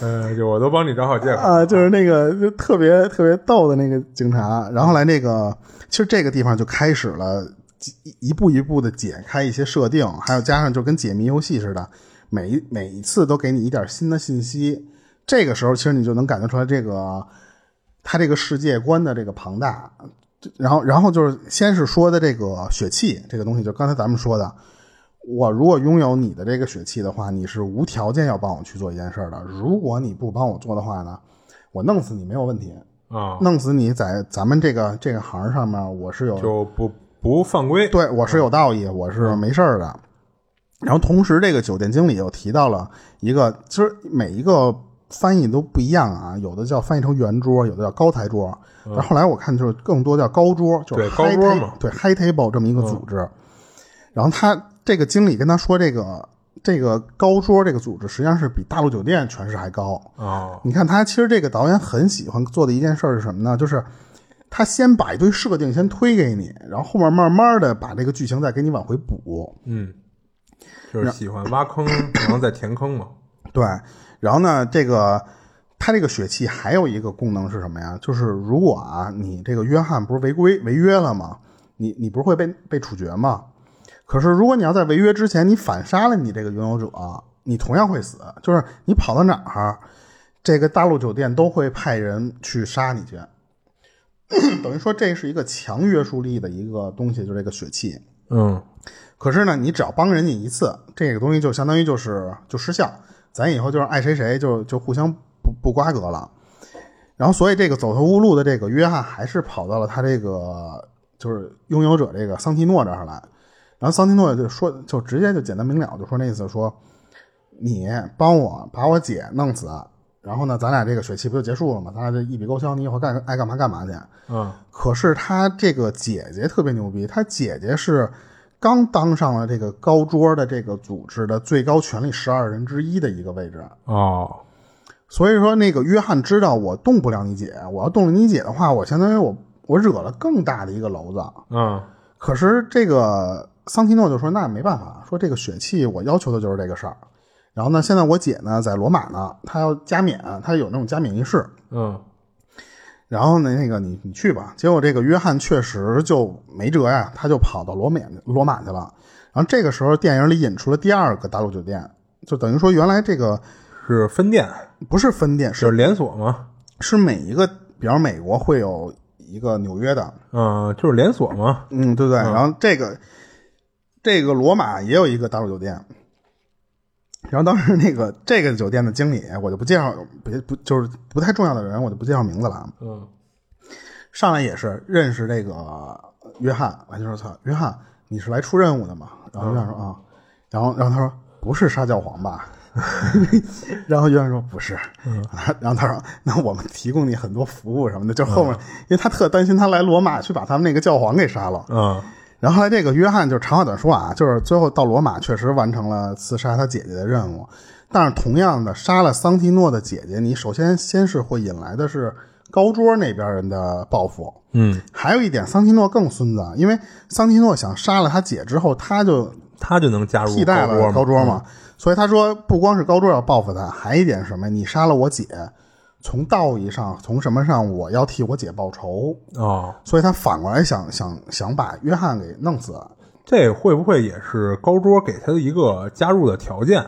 Speaker 2: 呃，就我都帮你找好借口。
Speaker 1: 啊，就是那个就特别特别逗的那个警察，然后来那个，其实这个地方就开始了几一步一步的解开一些设定，还有加上就跟解谜游戏似的，每一每一次都给你一点新的信息，这个时候其实你就能感觉出来这个他这个世界观的这个庞大。然后，然后就是先是说的这个血气这个东西，就刚才咱们说的，我如果拥有你的这个血气的话，你是无条件要帮我去做一件事儿的。如果你不帮我做的话呢，我弄死你没有问题，
Speaker 2: 啊，
Speaker 1: 弄死你在咱们这个这个行上面，我是有
Speaker 2: 就不不犯规。
Speaker 1: 对我是有道义，我是没事儿的。然后同时，这个酒店经理又提到了一个，其实每一个翻译都不一样啊，有的叫翻译成圆桌，有的叫高台桌。但后来我看就是更多叫高桌，就是
Speaker 2: 嗯对高
Speaker 1: high
Speaker 2: 桌
Speaker 1: ta-
Speaker 2: 嘛嗯
Speaker 1: 对 high table 这么一个组织。然后他这个经理跟他说这个这个高桌这个组织实际上是比大陆酒店全市还高。
Speaker 2: 哦，
Speaker 1: 你看他其实这个导演很喜欢做的一件事儿是什么呢？就是他先把一堆设定先推给你，然后后面慢慢的把这个剧情再给你往回补。
Speaker 2: 嗯，就是喜欢挖坑，然后再填坑嘛。
Speaker 1: 对，然后呢，这个它这个血气还有一个功能是什么呀？就是如果啊，你这个约翰不是违规违约了吗？你你不是会被被处决吗？可是如果你要在违约之前你反杀了你这个拥有者，你同样会死。就是你跑到哪儿，这个大陆酒店都会派人去杀你去。 等于说这是一个强约束力的一个东西，就是这个血气。
Speaker 2: 嗯，
Speaker 1: 可是呢，你只要帮人家一次，这个东西就相当于就是就失效，咱以后就是爱谁谁就就互相不不瓜葛了。然后，所以这个走投无路的这个约翰还是跑到了他这个就是拥有者这个桑提诺这儿来。然后桑提诺就说，就直接就简单明了，就说那意思说，你帮我把我姐弄死，然后呢，咱俩这个血气不就结束了吗？咱俩就一笔勾销，你以后干爱干嘛干嘛去。
Speaker 2: 嗯，
Speaker 1: 可是他这个姐姐特别牛逼，他姐姐是刚当上了这个高桌的这个组织的最高权力十二人之一的一个位置。
Speaker 2: 哦，
Speaker 1: 所以说，那个约翰知道我动不了你姐，我要动了你姐的话，我相当于我我惹了更大的一个娄子。
Speaker 2: 嗯，
Speaker 1: 可是这个桑提诺就说那没办法，说这个血气我要求的就是这个事儿。然后呢，现在我姐呢在罗马呢，她要加冕，她有那种加冕仪式。
Speaker 2: 嗯，
Speaker 1: 然后呢，那个你你去吧。结果这个约翰确实就没辙呀，他就跑到罗马罗马去了。然后这个时候，电影里引出了第二个大陆酒店，就等于说原来这个
Speaker 2: 是分店，
Speaker 1: 不是分店，是
Speaker 2: 就是连锁嘛。
Speaker 1: 是每一个，比方美国会有一个纽约的，
Speaker 2: 嗯，就是连锁嘛。
Speaker 1: 嗯，对不对？然后这个这个罗马也有一个大陆酒店。然后当时那个这个酒店的经理，我就不介绍，别不就是不太重要的人，我就不介绍名字了啊。
Speaker 2: 嗯，
Speaker 1: 上来也是认识这个约翰，完就说：“操，约翰，你是来出任务的吗？”然后约翰说：“啊、然后，然后他说：“不是杀教皇吧？” 然后约翰说：“不是。 然后他说：“那我们提供你很多服务什么的。”就后面，因为他特担心他来罗马去把他们那个教皇给杀了。
Speaker 2: 嗯，
Speaker 1: 然后后来这个约翰就长话短说啊，就是最后到罗马确实完成了刺杀他姐姐的任务，但是同样的杀了桑提诺的姐姐，你首先先是会引来的是高桌那边人的报复，
Speaker 2: 嗯，
Speaker 1: 还有一点，桑提诺更孙子，啊，因为桑提诺想杀了他姐之后，他就
Speaker 2: 他就能加入
Speaker 1: 替代了高
Speaker 2: 高
Speaker 1: 桌
Speaker 2: 桌
Speaker 1: 嘛，所以他说不光是高桌要报复他，还一点是什么？你杀了我姐，从道义上，从什么上，我要替我姐报仇，
Speaker 2: 嘛。哦，
Speaker 1: 所以他反过来想想想把约翰给弄死。
Speaker 2: 这会不会也是高桌给他的一个加入的条件？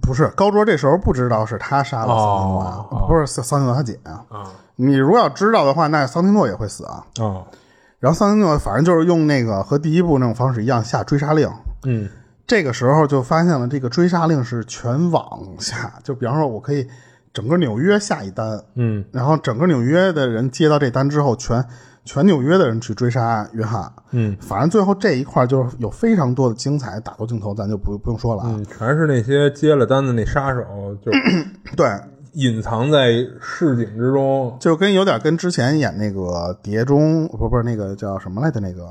Speaker 1: 不是高桌这时候不知道是他杀了桑提诺啊，
Speaker 2: 哦哦
Speaker 1: 不是桑桑提诺他姐啊。
Speaker 2: 啊，
Speaker 1: 你如果要知道的话，那桑提诺也会死啊。
Speaker 2: 哦，
Speaker 1: 然后桑提诺反正就是用那个和第一部那种方式一样下追杀令，
Speaker 2: 嗯，
Speaker 1: 这个时候就发现了，这个追杀令是全网下， 就比方说，我可以整个纽约下一单，
Speaker 2: 嗯，
Speaker 1: 然后整个纽约的人接到这单之后，全全纽约的人去追杀约翰。
Speaker 2: 嗯，
Speaker 1: 反正最后这一块就是有非常多的精彩打斗镜头，咱就不不用说了啊。
Speaker 2: 嗯，全是那些接了单的那杀手， 就
Speaker 1: 对，
Speaker 2: 隐藏在市井之中。
Speaker 1: 就跟有点跟之前演那个《碟中》不不是那个叫什么来的那个，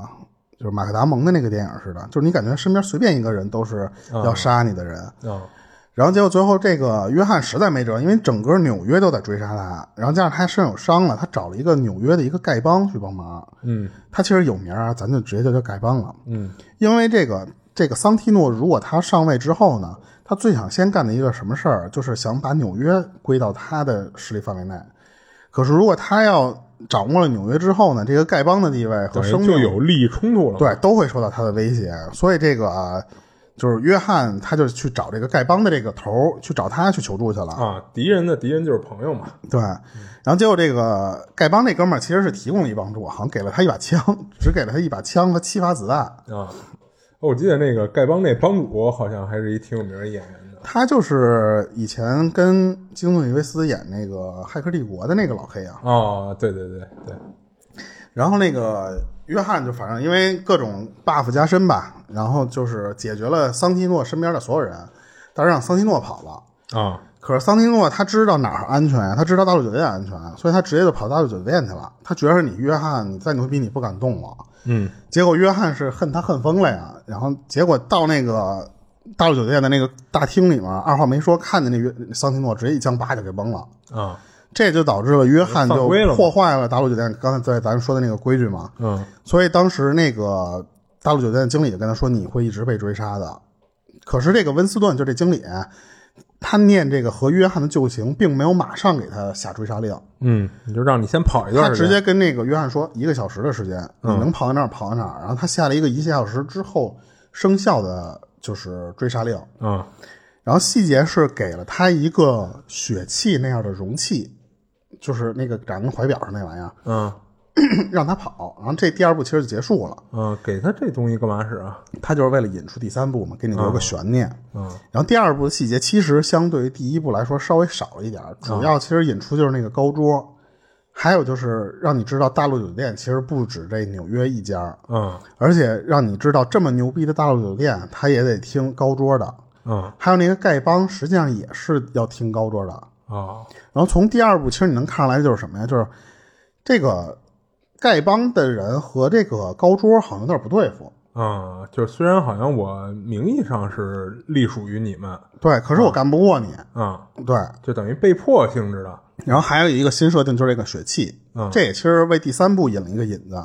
Speaker 1: 就是马克达蒙的那个电影似的，就是你感觉身边随便一个人都是要杀你的人。
Speaker 2: 啊，
Speaker 1: 然后结果最后这个约翰实在没辙，因为整个纽约都在追杀他，然后加上他身上有伤了，他找了一个纽约的一个丐帮去帮忙。
Speaker 2: 嗯
Speaker 1: 他其实有名啊，咱就直接就叫丐帮了。
Speaker 2: 嗯
Speaker 1: 因为这个这个桑提诺，如果他上位之后呢，他最想先干的一个什么事儿，就是想把纽约归到他的势力范围内。可是如果他要掌握了纽约之后呢，这个丐帮的地位和
Speaker 2: 等于
Speaker 1: 生
Speaker 2: 就
Speaker 1: 命
Speaker 2: 有利益冲突了。，
Speaker 1: 对，都会受到他的威胁。所以这个啊，就是约翰，他就去找这个丐帮的这个头儿，去找他去求助去了。
Speaker 2: 啊，敌人的敌人就是朋友嘛。
Speaker 1: 对，然后结果这个丐帮这哥们儿其实是提供了一帮助，好像给了他一把枪，只给了他一把枪和七发子弹。
Speaker 2: 啊，哦我记得那个丐帮那帮主好像还是一挺有名的演员的。
Speaker 1: 他就是以前跟基努里维斯演那个《骇客帝国》的那个老黑啊。
Speaker 2: 哦，对对对对，
Speaker 1: 然后那个约翰就反正因为各种 buff 加深吧，然后就是解决了桑提诺身边的所有人，但是让桑提诺跑了。
Speaker 2: 啊，
Speaker 1: 可是桑提诺他知道哪儿安全呀，他知道大陆酒店安全，所以他直接就跑大陆酒店去了。他觉得你约翰，你再牛逼，你不敢动我。
Speaker 2: 嗯
Speaker 1: 结果约翰是恨他恨疯了呀，然后结果到那个大陆酒店的那个大厅里面，二话没说，看见那约桑提诺直接一枪叭就给崩了，
Speaker 2: 啊，
Speaker 1: 这就导致了约翰
Speaker 2: 犯
Speaker 1: 就
Speaker 2: 规了嘛
Speaker 1: 破坏了大陆酒店刚才在咱说的那个规矩嘛。
Speaker 2: 嗯
Speaker 1: 所以当时那个大陆酒店的经理就跟他说：“你会一直被追杀的。”可是这个温斯顿就这经理，他念这个和约翰的旧情，并没有马上给他下追杀令，
Speaker 2: 嗯，你就让你先跑一
Speaker 1: 他
Speaker 2: 段
Speaker 1: 直
Speaker 2: 时间，
Speaker 1: 接
Speaker 2: 嗯
Speaker 1: 跟那个约翰说一个小时的时间，你能跑到哪儿跑到哪儿。然后他下了一个一个小时之后生效的，就是追杀令。
Speaker 2: 嗯
Speaker 1: 然后细节是给了他一个血气那样的容器，就是那个长跟怀表上那玩意儿，
Speaker 2: 嗯
Speaker 1: 让他跑。然后这第二部其实就结束了，
Speaker 2: 嗯，给他这东西干嘛使啊？
Speaker 1: 他就是为了引出第三部嘛，给你留个悬念。
Speaker 2: 嗯
Speaker 1: 然后第二部的细节其实相对于第一部来说稍微少了一点儿，主
Speaker 2: 嗯
Speaker 1: 要其实引出就是那个高桌，还有就是让你知道大陆酒店其实不止这纽约一家，
Speaker 2: 嗯
Speaker 1: 而且让你知道这么牛逼的大陆酒店，他也得听高桌的。
Speaker 2: 嗯
Speaker 1: 还有那个丐帮实际上也是要听高桌的。
Speaker 2: 哦
Speaker 1: 然后从第二部，其实你能看出来就是什么呀？就是这个丐帮的人和这个高桌好像有点不对付。
Speaker 2: 嗯，就是虽然好像我名义上是隶属于你们，
Speaker 1: 对，可是我干不过你。
Speaker 2: 嗯，
Speaker 1: 对，
Speaker 2: 就等于被迫性质的，
Speaker 1: 然后还有一个新设定就是这个血气，
Speaker 2: 嗯
Speaker 1: 这也其实为第三部引了一个引子。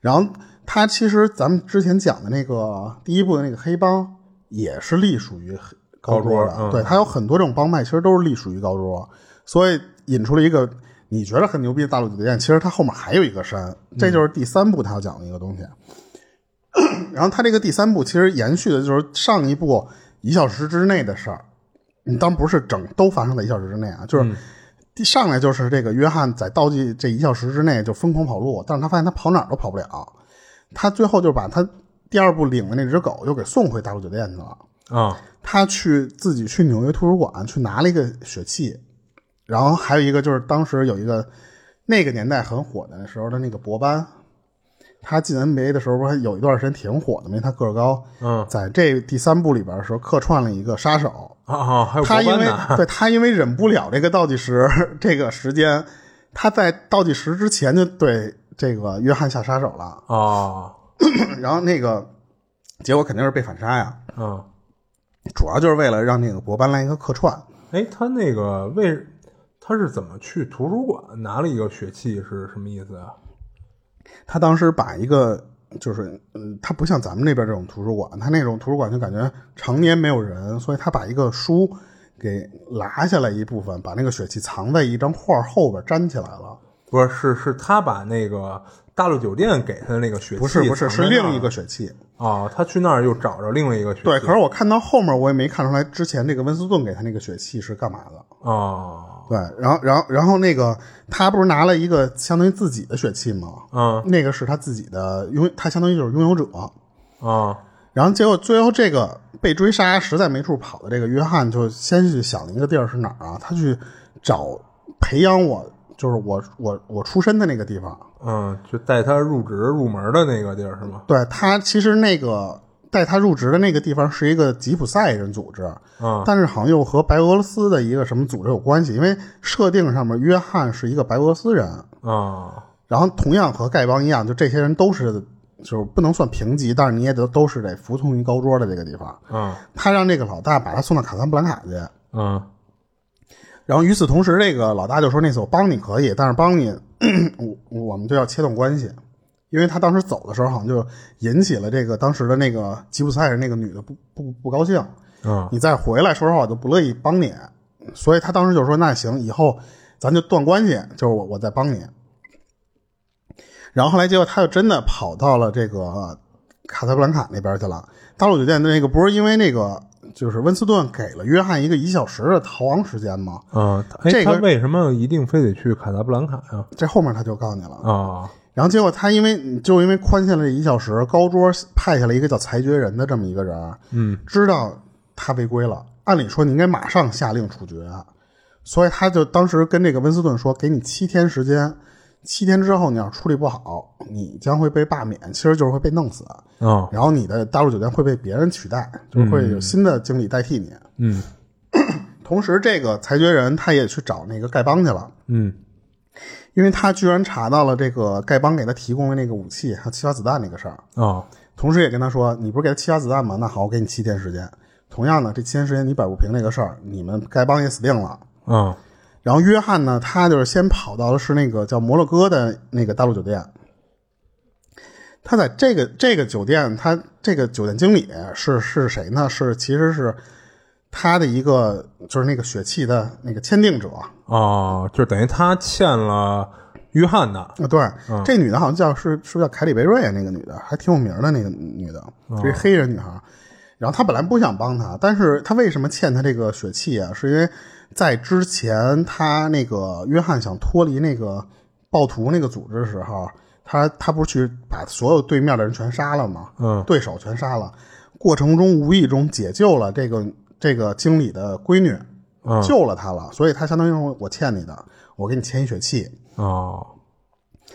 Speaker 1: 然后他其实咱们之前讲的那个第一部的那个黑帮也是隶属于黑高桌的，
Speaker 2: 高桌嗯
Speaker 1: 对，他有很多这种帮派其实都是隶属于高桌，所以引出了一个你觉得很牛逼的大陆酒店，其实它后面还有一个山，这就是第三部他要讲的一个东西。 然后他这个第三部其实延续的就是上一部一小时之内的事儿，嗯，当然不是整都发生在一小时之内啊，就是第上来就是这个约翰在倒计这一小时之内就疯狂跑路，但是他发现他跑哪儿都跑不了，他最后就把他第二部领的那只狗又给送回大陆酒店去了。
Speaker 2: 啊
Speaker 1: 他去自己去纽约图书馆去拿了一个血器，然后还有一个就是当时有一个那个年代很火的时候的那个博班，他进 NBA 的时候不是有一段时间挺火的吗？因为他个儿高，
Speaker 2: 嗯
Speaker 1: 在这第三部里边的时候客串了一个杀手，
Speaker 2: 啊啊，还有
Speaker 1: 他
Speaker 2: 国
Speaker 1: 因
Speaker 2: 班
Speaker 1: 为
Speaker 2: 呢，
Speaker 1: 对他因为忍不了这个倒计时这个时间，他在倒计时之前就对这个约翰下杀手了，
Speaker 2: 哦
Speaker 1: 然后那个结果肯定是被反杀呀，
Speaker 2: 嗯，
Speaker 1: 主要就是为了让那个博班来一个客串。
Speaker 2: 哎，他那个为他是怎么去图书馆拿了一个血气是什么意思啊？
Speaker 1: 他当时把一个就是，嗯，他不像咱们那边这种图书馆，他那种图书馆就感觉常年没有人，所以他把一个书给拿下来一部分，把那个血气藏在一张画后边粘起来了。
Speaker 2: 不是，是是他把那个大陆酒店给他的那个血气
Speaker 1: 不是不是，
Speaker 2: 藏在
Speaker 1: 是
Speaker 2: 那儿
Speaker 1: 另一个血气。
Speaker 2: 哦，他去那儿又找着另外一个血气。
Speaker 1: 对，可是我看到后面我也没看出来之前这个温斯顿给他那个血气是干嘛的。
Speaker 2: 哦，
Speaker 1: 对，然后然后然后那个他不是拿了一个相当于自己的血气吗？
Speaker 2: 嗯
Speaker 1: 那个是他自己的拥，他相当于就是拥有者。
Speaker 2: 啊
Speaker 1: 然后结果最后这个被追杀实在没处跑的这个约翰，就先去想了一个地儿是哪儿啊？他去找培养我，就是我我我出身的那个地方。
Speaker 2: 嗯，就带他入职入门的那个地儿是吗？
Speaker 1: 对他其实那个带他入职的那个地方是一个吉普赛人组织，
Speaker 2: 嗯
Speaker 1: 但是好像又和白俄罗斯的一个什么组织有关系，因为设定上面约翰是一个白俄罗斯人，
Speaker 2: 啊
Speaker 1: 然后同样和丐帮一样，就这些人都是就是不能算平级，但是你也得都是得服从于高桌的这个地方。
Speaker 2: 嗯
Speaker 1: 他让这个老大把他送到卡萨布兰卡去，
Speaker 2: 嗯
Speaker 1: 然后与此同时，这个老大就说：“那次我帮你可以，但是帮你， 我我们就要切断关系。”因为他当时走的时候，好像就引起了这个当时的那个吉普赛人那个女的不不不高兴。
Speaker 2: 嗯
Speaker 1: 你再回来，说实话，我就不乐意帮你。所以他当时就说：“那行，以后咱就断关系，就是我我再帮你。”然后后来结果他就真的跑到了这个卡萨布兰卡那边去了。大陆酒店的那个不是因为那个就是温斯顿给了约翰一个一小时的逃亡时间吗？
Speaker 2: 嗯，哎，
Speaker 1: 这个
Speaker 2: 他为什么一定非得去卡萨布兰卡呀？
Speaker 1: 这后面他就告诉你了。
Speaker 2: 啊
Speaker 1: 然后结果他因为就因为宽限了一小时，高桌派下来一个叫裁决人的这么一个人，啊
Speaker 2: 嗯，
Speaker 1: 知道他违规了，按理说你应该马上下令处决，啊所以他就当时跟这个温斯顿说，给你七天时间，七天之后你要处理不好，你将会被罢免，其实就是会被弄死，
Speaker 2: 啊
Speaker 1: 然后你的大陆酒店会被别人取代，就是会有新的经理代替你。
Speaker 2: 嗯
Speaker 1: 同时，这个裁决人他也去找那个丐帮去了。
Speaker 2: 嗯
Speaker 1: 因为他居然查到了这个丐帮给他提供的那个武器，还有七发子弹那个事儿，
Speaker 2: 啊
Speaker 1: 同时也跟他说：“你不是给他七发子弹吗？那好，我给你七天时间。”同样的，这七年时间你摆不平这个事儿，你们丐帮也死定了。
Speaker 2: 嗯
Speaker 1: 然后约翰呢，他就是先跑到的是那个叫摩洛哥的那个大陆酒店。他在这个这个酒店，他这个酒店经理是是谁呢？是其实是他的一个就是那个血气的那个签订者。
Speaker 2: 哦，就等于他欠了约翰的，嗯
Speaker 1: 啊，对，这女的好像叫是是不是叫凯里贝瑞啊？那个女的还挺有名的，那个女的，
Speaker 2: 嗯
Speaker 1: 就是一黑人女孩。然后她本来不想帮他，但是她为什么欠他这个血气啊？是因为在之前他那个约翰想脱离那个暴徒那个组织的时候，他他不是去把所有对面的人全杀了吗？
Speaker 2: 嗯，
Speaker 1: 对手全杀了，过程中无意中解救了这个这个经理的闺女，
Speaker 2: 嗯
Speaker 1: 救了她了，所以她相当于说我欠你的，我给你欠一血气。
Speaker 2: 哦，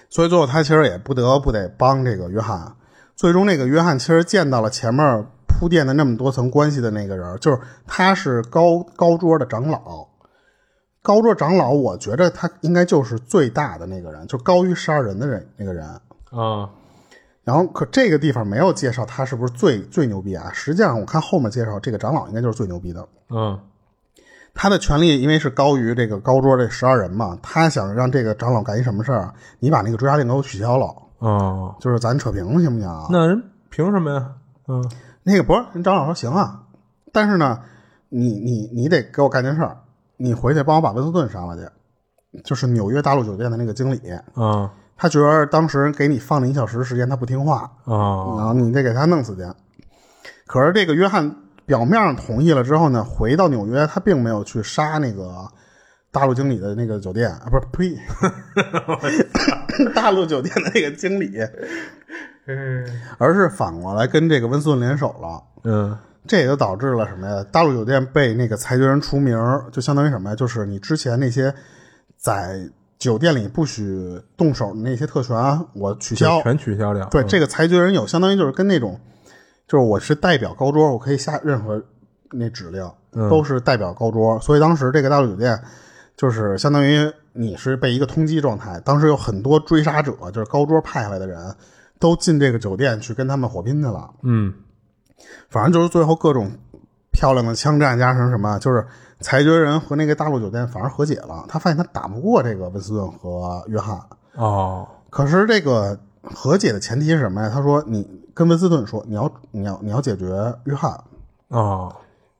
Speaker 1: 所以最后他其实也不得不得帮这个约翰。啊最终，那个约翰其实见到了前面铺垫的那么多层关系的那个人，就是他是高高桌的长老。高桌长老，我觉着他应该就是最大的那个人，就高于十二人的人那个人。
Speaker 2: 嗯
Speaker 1: 然后，可这个地方没有介绍他是不是最最牛逼啊？实际上，我看后面介绍这个长老应该就是最牛逼的。
Speaker 2: 嗯
Speaker 1: 他的权力因为是高于这个高桌这十二人嘛，他想让这个长老干一什么事儿啊？你把那个追杀令给我取消了，
Speaker 2: 哦，
Speaker 1: 就是咱扯平了行不行啊？
Speaker 2: 那人凭什么呀？嗯
Speaker 1: 那个不是，人张老说行啊，但是呢，你你你得给我干件事儿，你回去帮我把温斯顿杀了去，就是纽约大陆酒店的那个经理，
Speaker 2: 嗯
Speaker 1: 他觉得当时给你放了一小时时间，他不听话，
Speaker 2: 哦
Speaker 1: 然后你得给他弄死去。可是这个约翰表面上同意了之后呢，回到纽约，他并没有去杀那个大陆经理的那个酒店啊，不是呸，大陆酒店的那个经理，而是反过来跟这个温斯顿联手了。
Speaker 2: 嗯
Speaker 1: 这也就导致了什么呀？大陆酒店被那个裁决人除名儿，就相当于什么呀？就是你之前那些在酒店里不许动手的那些特权啊，我取消
Speaker 2: 就。全嗯取消掉。
Speaker 1: 对，这个裁决人有相当于就是跟那种，就是我是代表高桌，我可以下任何那指令，都是代表高桌。所以当时这个大陆酒店就是相当于你是被一个通缉状态，当时有很多追杀者，就是高桌派下来的人，都进这个酒店去跟他们火拼去了。
Speaker 2: 嗯
Speaker 1: 反正就是最后各种漂亮的枪战加上什么，就是裁决人和那个大陆酒店反而和解了。他发现他打不过这个温斯顿和约翰，
Speaker 2: 哦
Speaker 1: 可是这个和解的前提是什么呀？他说你跟温斯顿说你要你要你要解决约翰，
Speaker 2: 哦，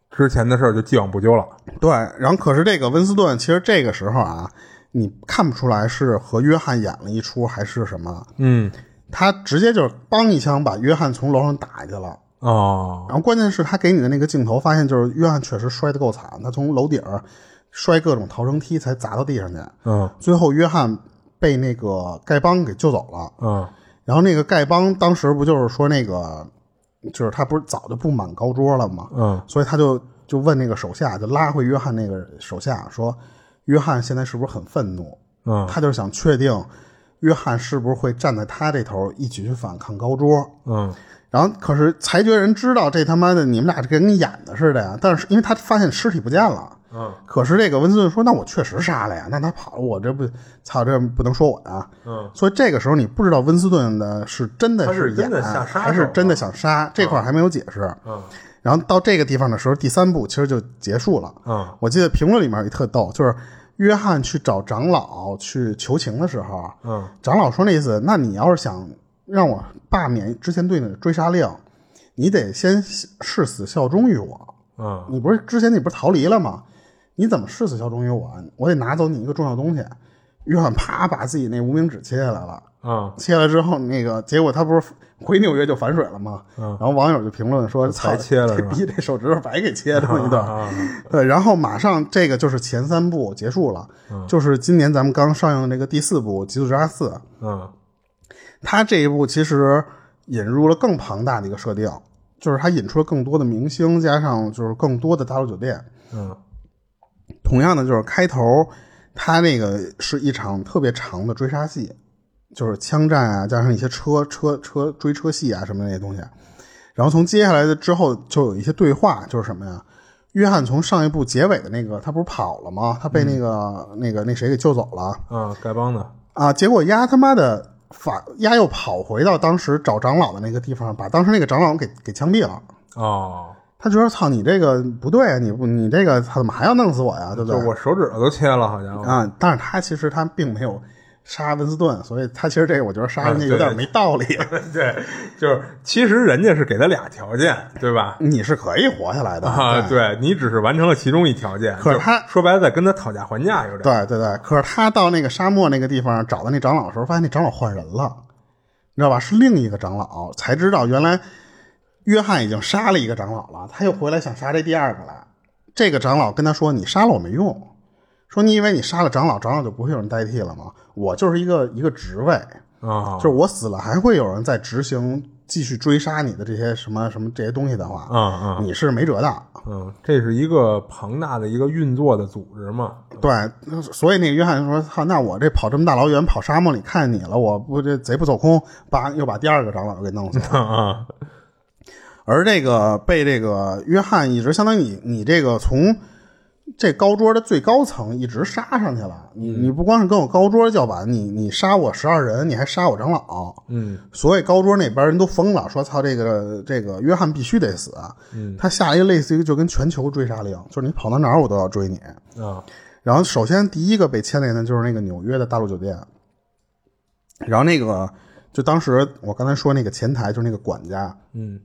Speaker 2: 之前的事儿就既往不咎了。
Speaker 1: 对。然后可是这个温斯顿其实这个时候啊，你看不出来是和约翰演了一出还是什么，
Speaker 2: 嗯
Speaker 1: 他直接就是梆一枪把约翰从楼上打下去了。
Speaker 2: 哦
Speaker 1: 然后关键是他给你的那个镜头，发现就是约翰确实摔得够惨，他从楼顶儿摔各种逃生梯才砸到地上去。
Speaker 2: 嗯
Speaker 1: 最后约翰被那个丐帮给救走了。
Speaker 2: 嗯
Speaker 1: 然后那个丐帮当时不就是说那个，就是他不是早就不满高桌了吗？
Speaker 2: 嗯
Speaker 1: 所以他就就问那个手下，就拉回约翰那个手下说，约翰现在是不是很愤怒？
Speaker 2: 嗯
Speaker 1: 他就是想确定约翰是不是会站在他这头一起去反抗高桌。
Speaker 2: 嗯
Speaker 1: 然后可是裁决人知道这他妈的你们俩跟你演的似的呀，但是因为他发现尸体不见了，
Speaker 2: 嗯
Speaker 1: 可是这个温斯顿说那我确实杀了呀，那他跑了我这不操这不能说我呀，
Speaker 2: 嗯
Speaker 1: 所以这个时候你不知道温斯顿的是真的
Speaker 2: 他是
Speaker 1: 演
Speaker 2: 真的想杀
Speaker 1: 还是
Speaker 2: 手
Speaker 1: 真的想杀，这块儿还没有解释。
Speaker 2: 嗯
Speaker 1: 然后到这个地方的时候，第三部其实就结束了。
Speaker 2: 嗯
Speaker 1: 我记得评论里面有一特逗，就是约翰去找长老去求情的时候，
Speaker 2: 嗯
Speaker 1: 长老说那意思，那你要是想让我罢免之前对你的追杀令，你得先誓死效忠于我。
Speaker 2: 嗯
Speaker 1: 你不是之前你不是逃离了吗？你怎么誓死效忠于我？啊我得拿走你一个重要东西。约翰啪把自己那无名指切下来了，
Speaker 2: 嗯
Speaker 1: 切下来之后，那个结果他不是回纽约就反水了吗？
Speaker 2: 嗯
Speaker 1: 然后网友就评论说：“操，
Speaker 2: 白切了
Speaker 1: 这
Speaker 2: 是吧
Speaker 1: 逼这手指头白给切这么一 段。”
Speaker 2: 啊
Speaker 1: 对，然后马上这个就是前三部结束了，就是今年咱们刚上映的这个第四部《极速追杀四》。
Speaker 2: 嗯
Speaker 1: 它这一部其实引入了更庞大的一个设定，就是它引出了更多的明星，加上就是更多的大陆酒店。
Speaker 2: 嗯
Speaker 1: 同样的，就是开头它那个是一场特别长的追杀戏，就是枪战啊，加上一些车车车追车戏啊什么那些东西。然后从接下来的之后就有一些对话，就是什么呀？约翰从上一部结尾的那个，他不是跑了吗？他被那个、那个那谁给救走了。
Speaker 2: 嗯，丐帮的。
Speaker 1: 啊，结果丫他妈的反丫又跑回到当时找长老的那个地方，把当时那个长老给给枪毙了。
Speaker 2: 哦
Speaker 1: 他觉得操你这个不对啊，你不你这个他怎么还要弄死我呀，对不
Speaker 2: 就
Speaker 1: 对？
Speaker 2: 我手指头都切了，好家伙！
Speaker 1: 啊、但是他其实他并没有杀温斯顿，所以他其实这个我觉得杀人家
Speaker 2: 啊
Speaker 1: 有点
Speaker 2: 对
Speaker 1: 没道理。
Speaker 2: 对，就是其实人家是给他俩条件，对吧？
Speaker 1: 你是可以活下来的
Speaker 2: 啊，对你只是完成了其中一条件，
Speaker 1: 可是
Speaker 2: 就
Speaker 1: 他
Speaker 2: 说白了在跟他讨价还价，有点
Speaker 1: 对对对，可是他到那个沙漠那个地方找到那长老的时候，发现那长老换人了，你知道吧？是另一个长老，才知道原来约翰已经杀了一个长老了，他又回来想杀这第二个来。这个长老跟他说：“你杀了我没用，说你以为你杀了长老，长老就不会有人代替了吗？我就是一个一个职位，
Speaker 2: 啊
Speaker 1: 就是我死了还会有人在执行继续追杀你的这些什么什么这些东西的话，
Speaker 2: 啊啊
Speaker 1: 你是没辙的。
Speaker 2: 嗯，这是一个庞大的一个运作的组织嘛，
Speaker 1: 对，所以那个约翰说：“操，那我这跑这么大老远跑沙漠里看见你了，我不这贼不走空，把又把第二个长老给弄死了。
Speaker 2: 啊啊
Speaker 1: 而这个被这个约翰一直相当于你你这个从这高桌的最高层一直杀上去了，你你不光是跟我高桌叫板，你你杀我十二人，你还杀我长老，
Speaker 2: 嗯
Speaker 1: 所以高桌那边人都疯了，说操这个这个约翰必须得死。啊
Speaker 2: 嗯
Speaker 1: 他下了一个类似于就跟全球追杀令，就是你跑到哪儿我都要追你。
Speaker 2: 啊
Speaker 1: 然后首先第一个被牵连的就是那个纽约的大陆酒店，然后那个就当时我刚才说那个前台就是那个管家，
Speaker 2: 嗯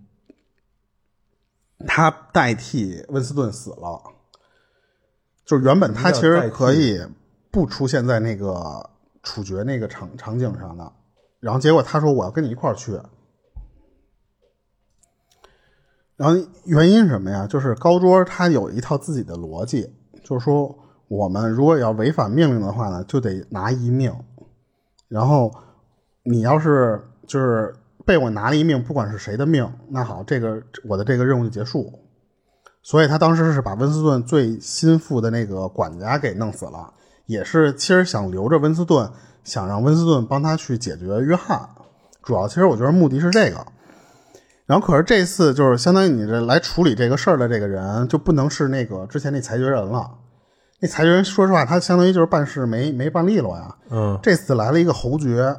Speaker 1: 他代替温斯顿死了，就是原本他其实可以不出现在那个处决那个场场景上的，然后结果他说我要跟你一块儿去，然后原因是什么呀？就是高桌他有一套自己的逻辑，就是说我们如果要违反命令的话呢，就得拿一命，然后你要是就是被我拿了一命，不管是谁的命，那好，这个我的这个任务就结束。所以他当时是把温斯顿最心腹的那个管家给弄死了，也是其实想留着温斯顿，想让温斯顿帮他去解决约翰。主要其实我觉得目的是这个。然后可是这次就是相当于你这来处理这个事儿的这个人就不能是那个之前那裁决人了。那裁决人说实话，他相当于就是办事没没办利落呀。
Speaker 2: 嗯
Speaker 1: 这次来了一个侯爵，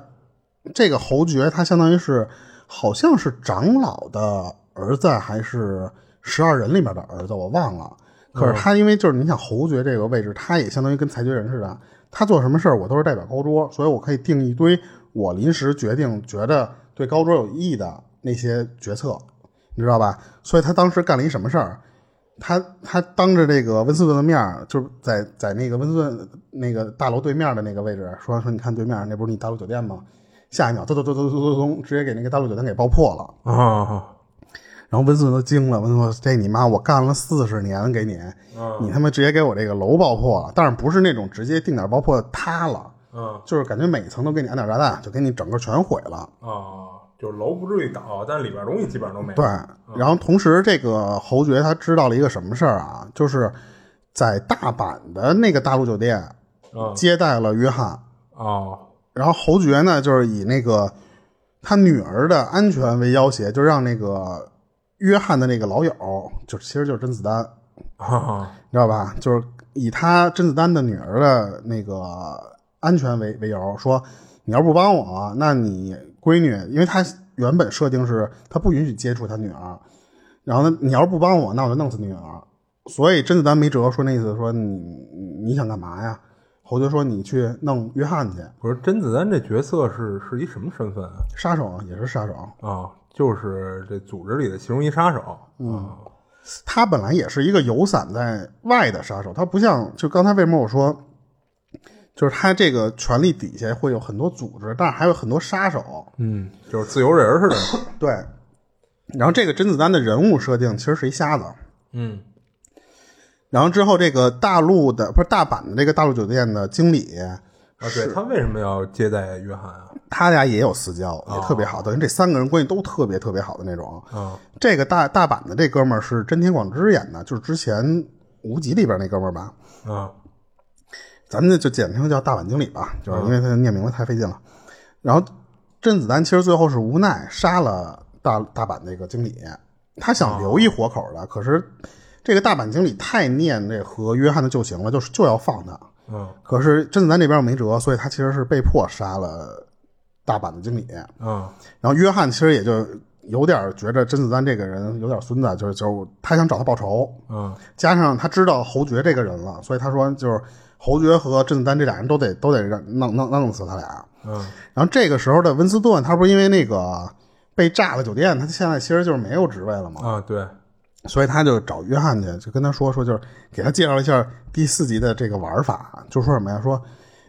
Speaker 1: 这个侯爵他相当于是好像是长老的儿子还是十二人里面的儿子，我忘了。可是他因为就是你想侯爵这个位置，他也相当于跟裁决人似的，他做什么事儿我都是代表高桌，所以我可以定一堆我临时决定觉得对高桌有益的那些决策，你知道吧？所以他当时干了一什么事儿？他他当着这个温斯顿的面儿，就是在在那个温斯顿那个大楼对面的那个位置，说说你看对面那不是你大陆酒店吗？下一秒，咚咚咚咚咚咚咚，直接给那个大陆酒店给爆破了。
Speaker 2: 啊
Speaker 1: 然后温斯顿都惊了，温斯顿说：“这你妈，我干了四十年给你，你他妈直接给我这个楼爆破了！但是不是那种直接定点爆破塌了，
Speaker 2: 啊
Speaker 1: 就是感觉每一层都给你安点炸弹，就给你整个全毁了。”
Speaker 2: 啊，就是楼不至于倒，但里边东西基本上都没了
Speaker 1: 对，然后同时这个侯爵他知道了一个什么事儿啊，就是在大阪的那个大陆酒店
Speaker 2: 啊
Speaker 1: 接待了约翰，
Speaker 2: 哦
Speaker 1: 然后侯爵呢就是以那个他女儿的安全为要挟，就让那个约翰的那个老友，就是其实就是甄子丹，
Speaker 2: 啊
Speaker 1: 你知道吧？就是以他甄子丹的女儿的那个安全为为由，说你要不帮我，那你闺女，因为他原本设定是他不允许接触他女儿，然后呢，你要是不帮我，那我就弄死女儿。所以甄子丹没辙，说那意思说你你你想干嘛呀？侯爵说你去弄约翰去，
Speaker 2: 不是甄子丹这角色是是一什么身份啊？
Speaker 1: 杀手啊也是杀手，
Speaker 2: 啊，就是这组织里的其中一杀手。嗯
Speaker 1: 他本来也是一个有伞在外的杀手，他不像就刚才为什么我说，就是他这个权力底下会有很多组织，但是还有很多杀手。
Speaker 2: 嗯，就是自由人似的。
Speaker 1: 对，然后这个甄子丹的人物设定其实是一瞎子。
Speaker 2: 嗯
Speaker 1: 然后之后这个大陆的不是大阪的这个大陆酒店的经理，
Speaker 2: 啊，对他为什么要接待约翰啊？
Speaker 1: 他俩也有私交，也特别好，等于这三个人关系都特别特别好的那种。
Speaker 2: 啊
Speaker 1: 这个大大阪的这哥们儿是真田广之演的，就是之前无极里边那哥们儿吧。
Speaker 2: 啊
Speaker 1: 咱们就简称叫大阪经理吧，就是因为他念名字太费劲了。然后甄子丹其实最后是无奈杀了大大阪那个经理，他想留一活口的，可是这个大阪经理太念这和约翰的旧情了，就是就要放他。
Speaker 2: 嗯
Speaker 1: 可是甄子丹这边没辙，所以他其实是被迫杀了大阪的经理。
Speaker 2: 啊
Speaker 1: 然后约翰其实也就有点觉着甄子丹这个人有点孙子，就是就是他想找他报仇，
Speaker 2: 嗯
Speaker 1: 加上他知道侯爵这个人了，所以他说就是侯爵和甄子丹这俩人都得都得让弄弄弄死他俩。
Speaker 2: 嗯
Speaker 1: 然后这个时候的温斯顿，他不是因为那个被炸了酒店，他现在其实就是没有职位了嘛，
Speaker 2: 啊，对，
Speaker 1: 所以他就找约翰去，就跟他说说，就是给他介绍一下第四集的这个玩法，就说什么呀？说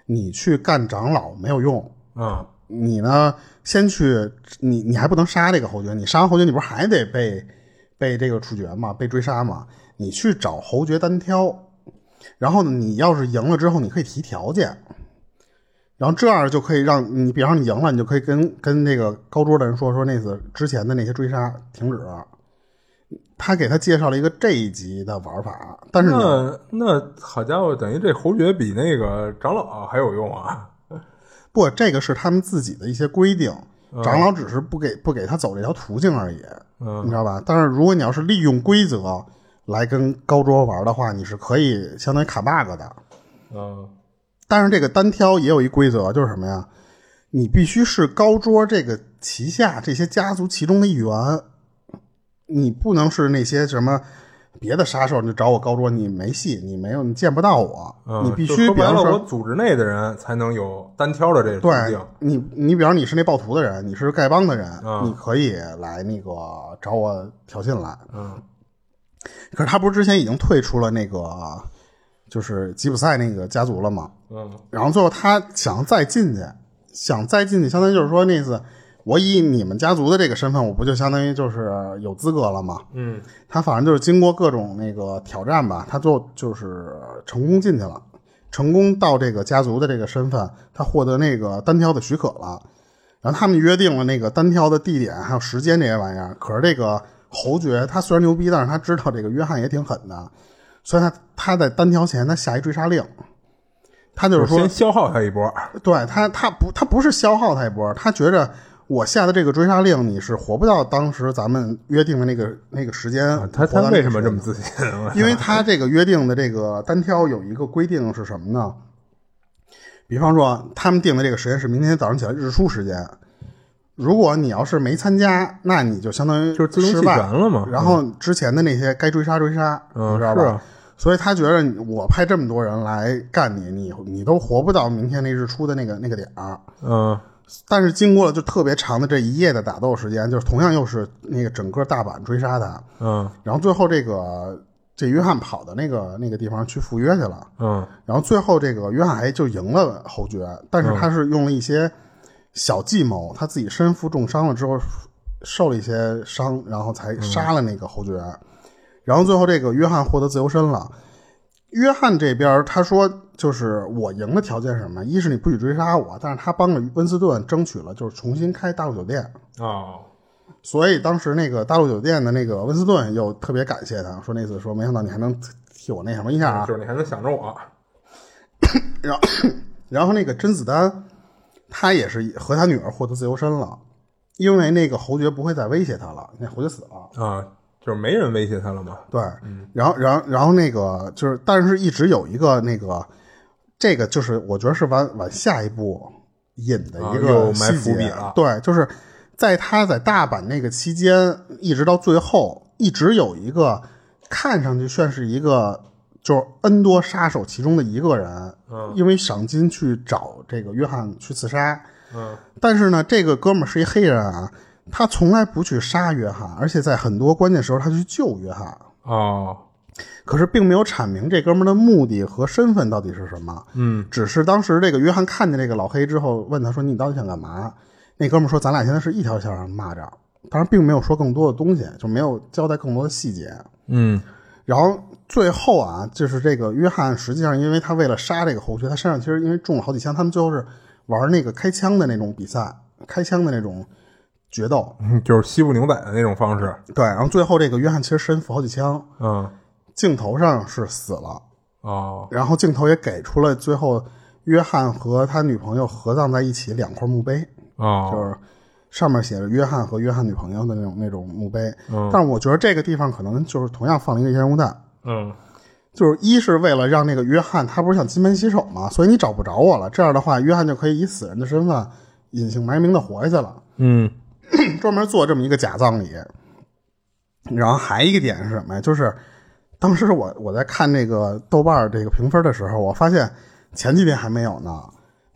Speaker 1: 你去干长老没有用，
Speaker 2: 嗯
Speaker 1: 你呢先去，你你还不能杀这个侯爵，你杀完侯爵，你不是还得被被这个处决吗？被追杀吗？你去找侯爵单挑，然后呢，你要是赢了之后，你可以提条件，然后这样就可以让你，比方说你赢了，你就可以跟跟那个高桌的人说说那次之前的那些追杀停止。他给他介绍了一个这一集的玩法，但是呢，
Speaker 2: 那那好家伙，等于这侯爵比那个长老还有用啊！
Speaker 1: 不，这个是他们自己的一些规定，长老只是不给不给他走这条途径而已。你
Speaker 2: 嗯
Speaker 1: 知道吧？但是如果你要是利用规则来跟高桌玩的话，你是可以相当于卡 bug 的。
Speaker 2: 嗯
Speaker 1: 但是这个单挑也有一规则，就是什么呀？你必须是高桌这个旗下这些家族其中的一员，你不能是那些什么别的杀手，你找我高桌，你没戏，你没有，你见不到我，
Speaker 2: 嗯，
Speaker 1: 你必
Speaker 2: 就
Speaker 1: 须
Speaker 2: 说
Speaker 1: 比
Speaker 2: 白
Speaker 1: 方
Speaker 2: 了，
Speaker 1: 说，
Speaker 2: 我组织内的人才能有单挑的这个途
Speaker 1: 对
Speaker 2: 径。
Speaker 1: 你，你比方你是那暴徒的人，你是丐帮的人，
Speaker 2: 嗯
Speaker 1: 你可以来那个找我挑衅来，
Speaker 2: 嗯
Speaker 1: 可是他不是之前已经退出了那个就是吉普赛那个家族了吗？
Speaker 2: 嗯
Speaker 1: 然后最后他想再进去，想再进去，相当于就是说那次我以你们家族的这个身份，我不就相当于就是有资格了吗？
Speaker 2: 嗯
Speaker 1: 他反正就是经过各种那个挑战吧，他最后就是成功进去了，成功到这个家族的这个身份，他获得那个单挑的许可了。然后他们约定了那个单挑的地点还有时间这些玩意儿。可是这个侯爵他虽然牛逼，但是他知道这个约翰也挺狠的，所以他他在单挑前他下一追杀令，他就是
Speaker 2: 就
Speaker 1: 说啊
Speaker 2: 先消耗他一波。
Speaker 1: 对他，他不，他不是消耗他一波，他觉着我下的这个追杀令，你是活不到当时咱们约定的那个那个时间。
Speaker 2: 啊他
Speaker 1: 活
Speaker 2: 他
Speaker 1: 到那个
Speaker 2: 为什
Speaker 1: 时
Speaker 2: 么这
Speaker 1: 间
Speaker 2: 么自信？啊
Speaker 1: 因为他这个约定的这个单挑有一个规定是什么呢？比方说，他们定的这个时间是明天早上起来日出时间。如果你要是没参加，那你就相当于
Speaker 2: 就是自动
Speaker 1: 失
Speaker 2: 弃
Speaker 1: 败
Speaker 2: 权了嘛
Speaker 1: 然后之前的那些该追杀追杀，
Speaker 2: 嗯
Speaker 1: 你知道
Speaker 2: 是
Speaker 1: 吧？
Speaker 2: 啊
Speaker 1: 所以他觉得你我派这么多人来干你，你你都活不到明天那日出的那个那个点儿。
Speaker 2: 嗯
Speaker 1: 但是经过了就特别长的这一夜的打斗时间，就是同样又是那个整个大阪追杀他，
Speaker 2: 嗯
Speaker 1: 然后最后这个这约翰跑到那个那个地方去赴约去了，
Speaker 2: 嗯
Speaker 1: 然后最后这个约翰还就赢了侯爵，但是他是用了一些小计谋，他自己身负重伤了之后受了一些伤，然后才杀了那个侯爵，然后最后这个约翰获得自由身了。约翰这边他说，就是我赢的条件是什么？一是你不许追杀我，但是他帮了温斯顿争取了，就是重新开大陆酒店。
Speaker 2: 哦
Speaker 1: 所以当时那个大陆酒店的那个温斯顿又特别感谢他，说那次说没想到你还能替我那什么一下啊
Speaker 2: 就。是你还能想着我。
Speaker 1: 然后那个甄子丹，他也是和他女儿获得自由身了，因为那个侯爵不会再威胁他了，那侯爵死了。
Speaker 2: 啊，就是没人威胁他了嘛。
Speaker 1: 对，
Speaker 2: 嗯
Speaker 1: 然后然后然后那个就是，但是一直有一个那个，这个就是我觉得是往往下一步引的一
Speaker 2: 啊又
Speaker 1: 个
Speaker 2: 埋
Speaker 1: 细
Speaker 2: 伏笔
Speaker 1: 节。
Speaker 2: 了
Speaker 1: 对，就是在他在大阪那个期间，一直到最后，一直有一个看上去算是一个就是 N 多杀手其中的一个人，
Speaker 2: 嗯
Speaker 1: 因为赏金去找这个约翰去刺杀，
Speaker 2: 嗯
Speaker 1: 但是呢，这个哥们儿是一黑人啊。他从来不去杀约翰，而且在很多关键时候他去救约翰。
Speaker 2: 哦
Speaker 1: 可是并没有阐明这哥们儿的目的和身份到底是什么。
Speaker 2: 嗯
Speaker 1: 只是当时这个约翰看见这个老黑之后，问他说：“你到底想干嘛？”那哥们儿说：“咱俩现在是一条线上的蚂蚱。”当然，并没有说更多的东西，就没有交代更多的细节。
Speaker 2: 嗯
Speaker 1: 然后最后啊，就是这个约翰，实际上因为他为了杀这个侯爵，他身上其实因为中了好几枪，他们最后是玩那个开枪的那种比赛，开枪的那种决斗。
Speaker 2: 嗯，就是西部牛仔的那种方式。
Speaker 1: 对，然后最后这个约翰其实身负好几枪，
Speaker 2: 嗯
Speaker 1: 镜头上是死了，
Speaker 2: 哦
Speaker 1: 然后镜头也给出了最后约翰和他女朋友合葬在一起两块墓碑，就
Speaker 2: 哦，
Speaker 1: 是上面写着约翰和约翰女朋友的那种那种墓碑。
Speaker 2: 嗯
Speaker 1: 但我觉得这个地方可能就是同样放了一个烟雾弹，
Speaker 2: 嗯
Speaker 1: 就是一是为了让那个约翰他不是想金盆洗手嘛，所以你找不着我了，这样的话约翰就可以以死人的身份隐姓埋名的活下去了。
Speaker 2: 嗯
Speaker 1: 专门做这么一个假葬礼。然后还一个点是什么呀？就是当时我我在看这个豆瓣儿这个评分的时候，我发现前几天还没有呢，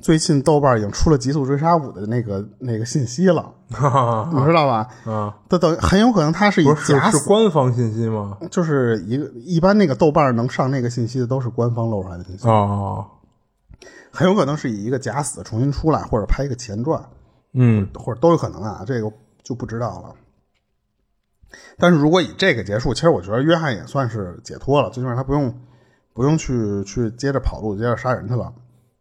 Speaker 1: 最近豆瓣儿已经出了《极速追杀五》的那个那个信息了，
Speaker 2: 啊
Speaker 1: 你知道吧？
Speaker 2: 啊，
Speaker 1: 它等于很有可能它是以
Speaker 2: 不是
Speaker 1: 假
Speaker 2: 是
Speaker 1: 死，
Speaker 2: 是官方信息吗？
Speaker 1: 就是一个一般那个豆瓣儿能上那个信息的都是官方露出来的信息，
Speaker 2: 哦，
Speaker 1: 很有可能是以一个假死重新出来，或者拍一个前传。
Speaker 2: 嗯
Speaker 1: 或者都有可能啊，这个就不知道了。但是如果以这个结束，其实我觉得约翰也算是解脱了，最起码他不用不用去去接着跑路，接着杀人去了。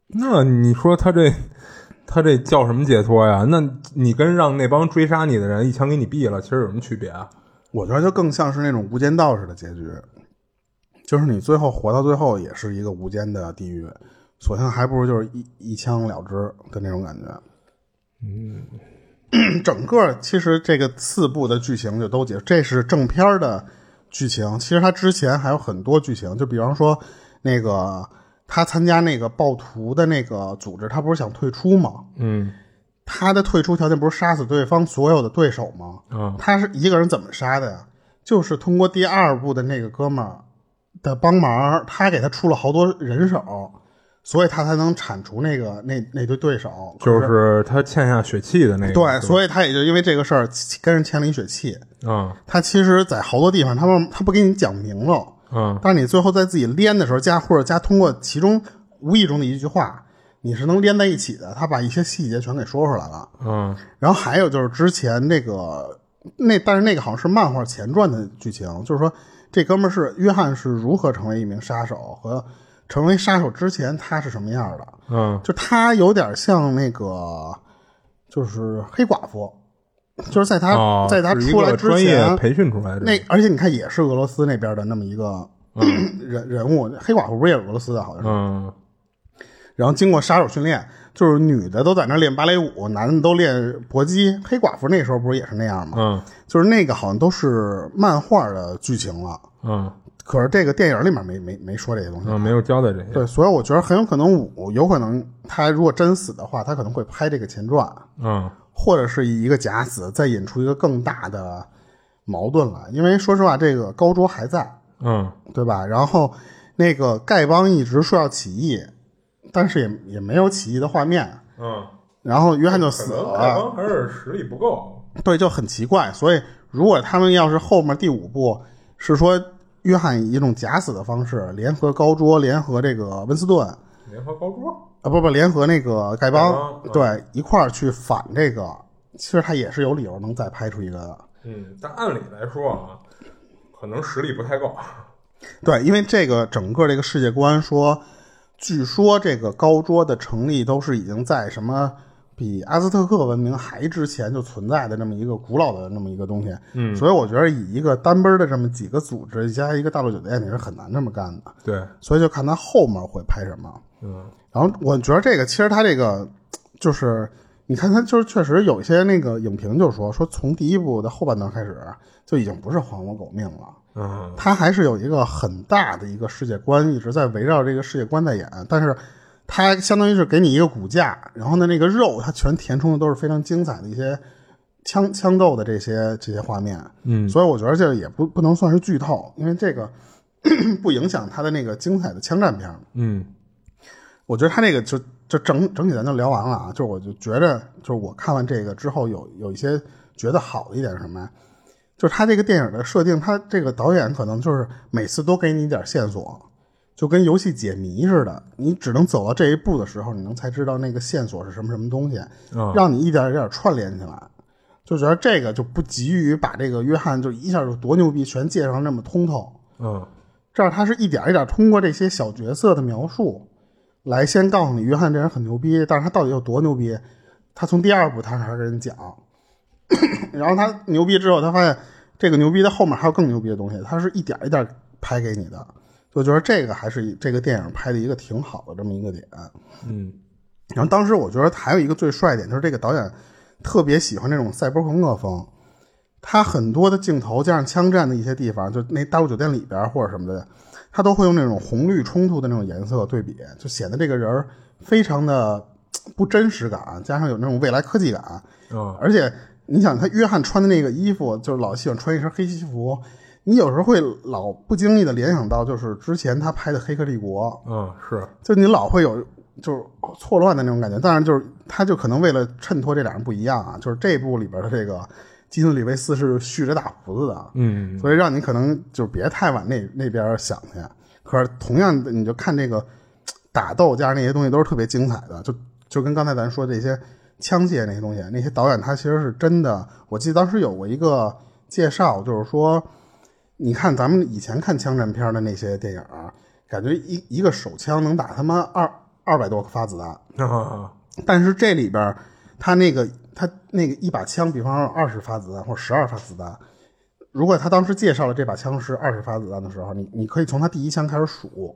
Speaker 2: 那你说他这 他这叫什么解脱呀？那你跟让那帮追杀你的人一枪给你毙了，其实有什么区别啊？
Speaker 1: 我觉得就更像是那种无间道式的结局，就是你最后活到最后也是一个无间的地狱，索性还不如就是一一枪了之的那种感觉。嗯， 整个其实这个四部的剧情就都结束，这是正片儿的剧情。其实它之前还有很多剧情，就比方说那个他参加那个暴徒的那个组织，他不是想退出吗？
Speaker 2: 嗯
Speaker 1: 他的退出条件不是杀死对方所有的对手吗？
Speaker 2: 啊
Speaker 1: 他是一个人怎么杀的呀？就是通过第二部的那个哥们儿的帮忙，他给他出了好多人手，所以他才能铲除那个那那对对手。
Speaker 2: 就是他欠下血气的那个，
Speaker 1: 对，所以他也就因为这个事儿跟人欠了一血气。
Speaker 2: 以啊
Speaker 1: 他其实，在好多地方，他不他不给你讲明了，
Speaker 2: 啊
Speaker 1: 但是你最后在自己连的时候，加或者加通过其中无意中的一句话，你是能连在一起的。他把一些细节全给说出来了。
Speaker 2: 啊
Speaker 1: 然后还有就是之前那个那，但是那个好像是漫画前传的剧情，就是说这哥们儿是约翰是如何成为一名杀手和成为杀手之前他是什么样的，
Speaker 2: 啊
Speaker 1: 就他有点像那个就是黑寡妇，就是在他、
Speaker 2: 啊！
Speaker 1: 在他
Speaker 2: 是一
Speaker 1: 出来
Speaker 2: 个
Speaker 1: 之
Speaker 2: 专业
Speaker 1: 前，
Speaker 2: 培训出来的
Speaker 1: 那而且你看也是俄罗斯那边的那么一个。 人人物黑寡妇不是也是俄罗斯的，好像是。
Speaker 2: 嗯
Speaker 1: 然后经过杀手训练，就是女的都在那儿练芭蕾舞，男的都练搏击。黑寡妇那时候不是也是那样吗？
Speaker 2: 嗯
Speaker 1: 就是那个好像都是漫画的剧情了，
Speaker 2: 嗯
Speaker 1: 可是这个电影里面没没没说这些东西。
Speaker 2: 嗯，没有交代这些
Speaker 1: 对，所以我觉得很有可能五有可能他如果真死的话，他可能会拍这个前传，
Speaker 2: 嗯
Speaker 1: 或者是以一个假死再引出一个更大的矛盾来。因为说实话，这个高桌还在，
Speaker 2: 嗯
Speaker 1: 对吧？然后那个丐帮一直说要起义，但是也也没有起义的画面。
Speaker 2: 嗯，
Speaker 1: 然后约翰就
Speaker 2: 可
Speaker 1: 死
Speaker 2: 能
Speaker 1: 了，
Speaker 2: 丐帮还是实力不够。
Speaker 1: 对，就很奇怪。所以，如果他们要是后面第五部是说约翰以一种假死的方式，联合高桌，联合这个温斯顿啊，
Speaker 2: 联合高桌，
Speaker 1: 不不，联合那个丐
Speaker 2: 丐帮
Speaker 1: 帮
Speaker 2: 嗯，
Speaker 1: 对，一块儿去反这个，其实他也是有理由能再拍出一个的。
Speaker 2: 嗯，但按理来说啊，可能实力不太够。
Speaker 1: 对，因为这个整个这个世界观说，据说这个高桌的成立都是已经在什么比阿兹特克文明还之前就存在的那么一个古老的那么一个东西，
Speaker 2: 嗯
Speaker 1: 所以我觉得以一个单奔儿的这么几个组织加一个大陆酒店，你是很难这么干的，
Speaker 2: 对，
Speaker 1: 所以就看他后面会拍什么。
Speaker 2: 嗯
Speaker 1: 然后我觉得这个其实他这个就是，你看他就是确实有一些那个影评就说说从第一部的后半段开始就已经不是还我狗命了。
Speaker 2: 嗯
Speaker 1: 它还是有一个很大的一个世界观，一直在围绕这个世界观在演。但是它相当于是给你一个骨架，然后呢，那个肉它全填充的都是非常精彩的一些枪 枪斗的这些这些画面。
Speaker 2: 嗯
Speaker 1: 所以我觉得这个也不不能算是剧透，因为这个 不影响它的那个精彩的枪战片。
Speaker 2: 嗯
Speaker 1: 我觉得它这个就就整整体咱就聊完了啊，就是我就觉得就是我看完这个之后有有一些觉得好的一点是什么呀？就是它这个电影的设定，它这个导演可能就是每次都给你一点线索，就跟游戏解谜似的，你只能走到这一步的时候，你能才知道那个线索是什么什么东西，
Speaker 2: 啊
Speaker 1: 让你一点一点串联起来。就觉得这个就不急于把这个约翰就一下就多牛逼全介绍那么通透，
Speaker 2: 嗯
Speaker 1: 这样他是一点一点通过这些小角色的描述，来先告诉你约翰这人很牛逼，但是他到底有多牛逼？他从第二部他开始跟你讲， 然后他牛逼之后，他发现这个牛逼的后面还有更牛逼的东西，他是一点一点拍给你的。就觉得这个还是这个电影拍的一个挺好的这么一个点。
Speaker 2: 嗯
Speaker 1: 然后当时我觉得还有一个最帅的点，就是这个导演特别喜欢那种赛博朋克风，他很多的镜头加上枪战的一些地方，就那大陆酒店里边或者什么的，他都会用那种红绿冲突的那种颜色对比，就显得这个人儿非常的不真实感，加上有那种未来科技感，
Speaker 2: 啊
Speaker 1: 而且你想他约翰穿的那个衣服，就是老喜欢穿一身黑西服，你有时候会老不经意的联想到，就是之前他拍的《黑客帝国》，
Speaker 2: 嗯，是，
Speaker 1: 就你老会有就是错乱的那种感觉。当然，就是他就可能为了衬托这俩人不一样啊，就是这部里边的这个基努里维斯是蓄着大胡子的，啊
Speaker 2: 嗯，
Speaker 1: 所以让你可能就别太往那那边想去。可是同样的，你就看这个打斗加上那些东西都是特别精彩的，就就跟刚才咱说这些枪械那些东西，那些导演他其实是真的。我记得当时有过一个介绍，就是说，你看咱们以前看枪战片的那些电影啊，感觉一一个手枪能打他妈二二百多个发子弹，
Speaker 2: 啊，
Speaker 1: 但是这里边儿他那个他那个一把枪，比方说二十发子弹或者十二发子弹，如果他当时介绍了这把枪是二十发子弹的时候，你你可以从他第一枪开始数，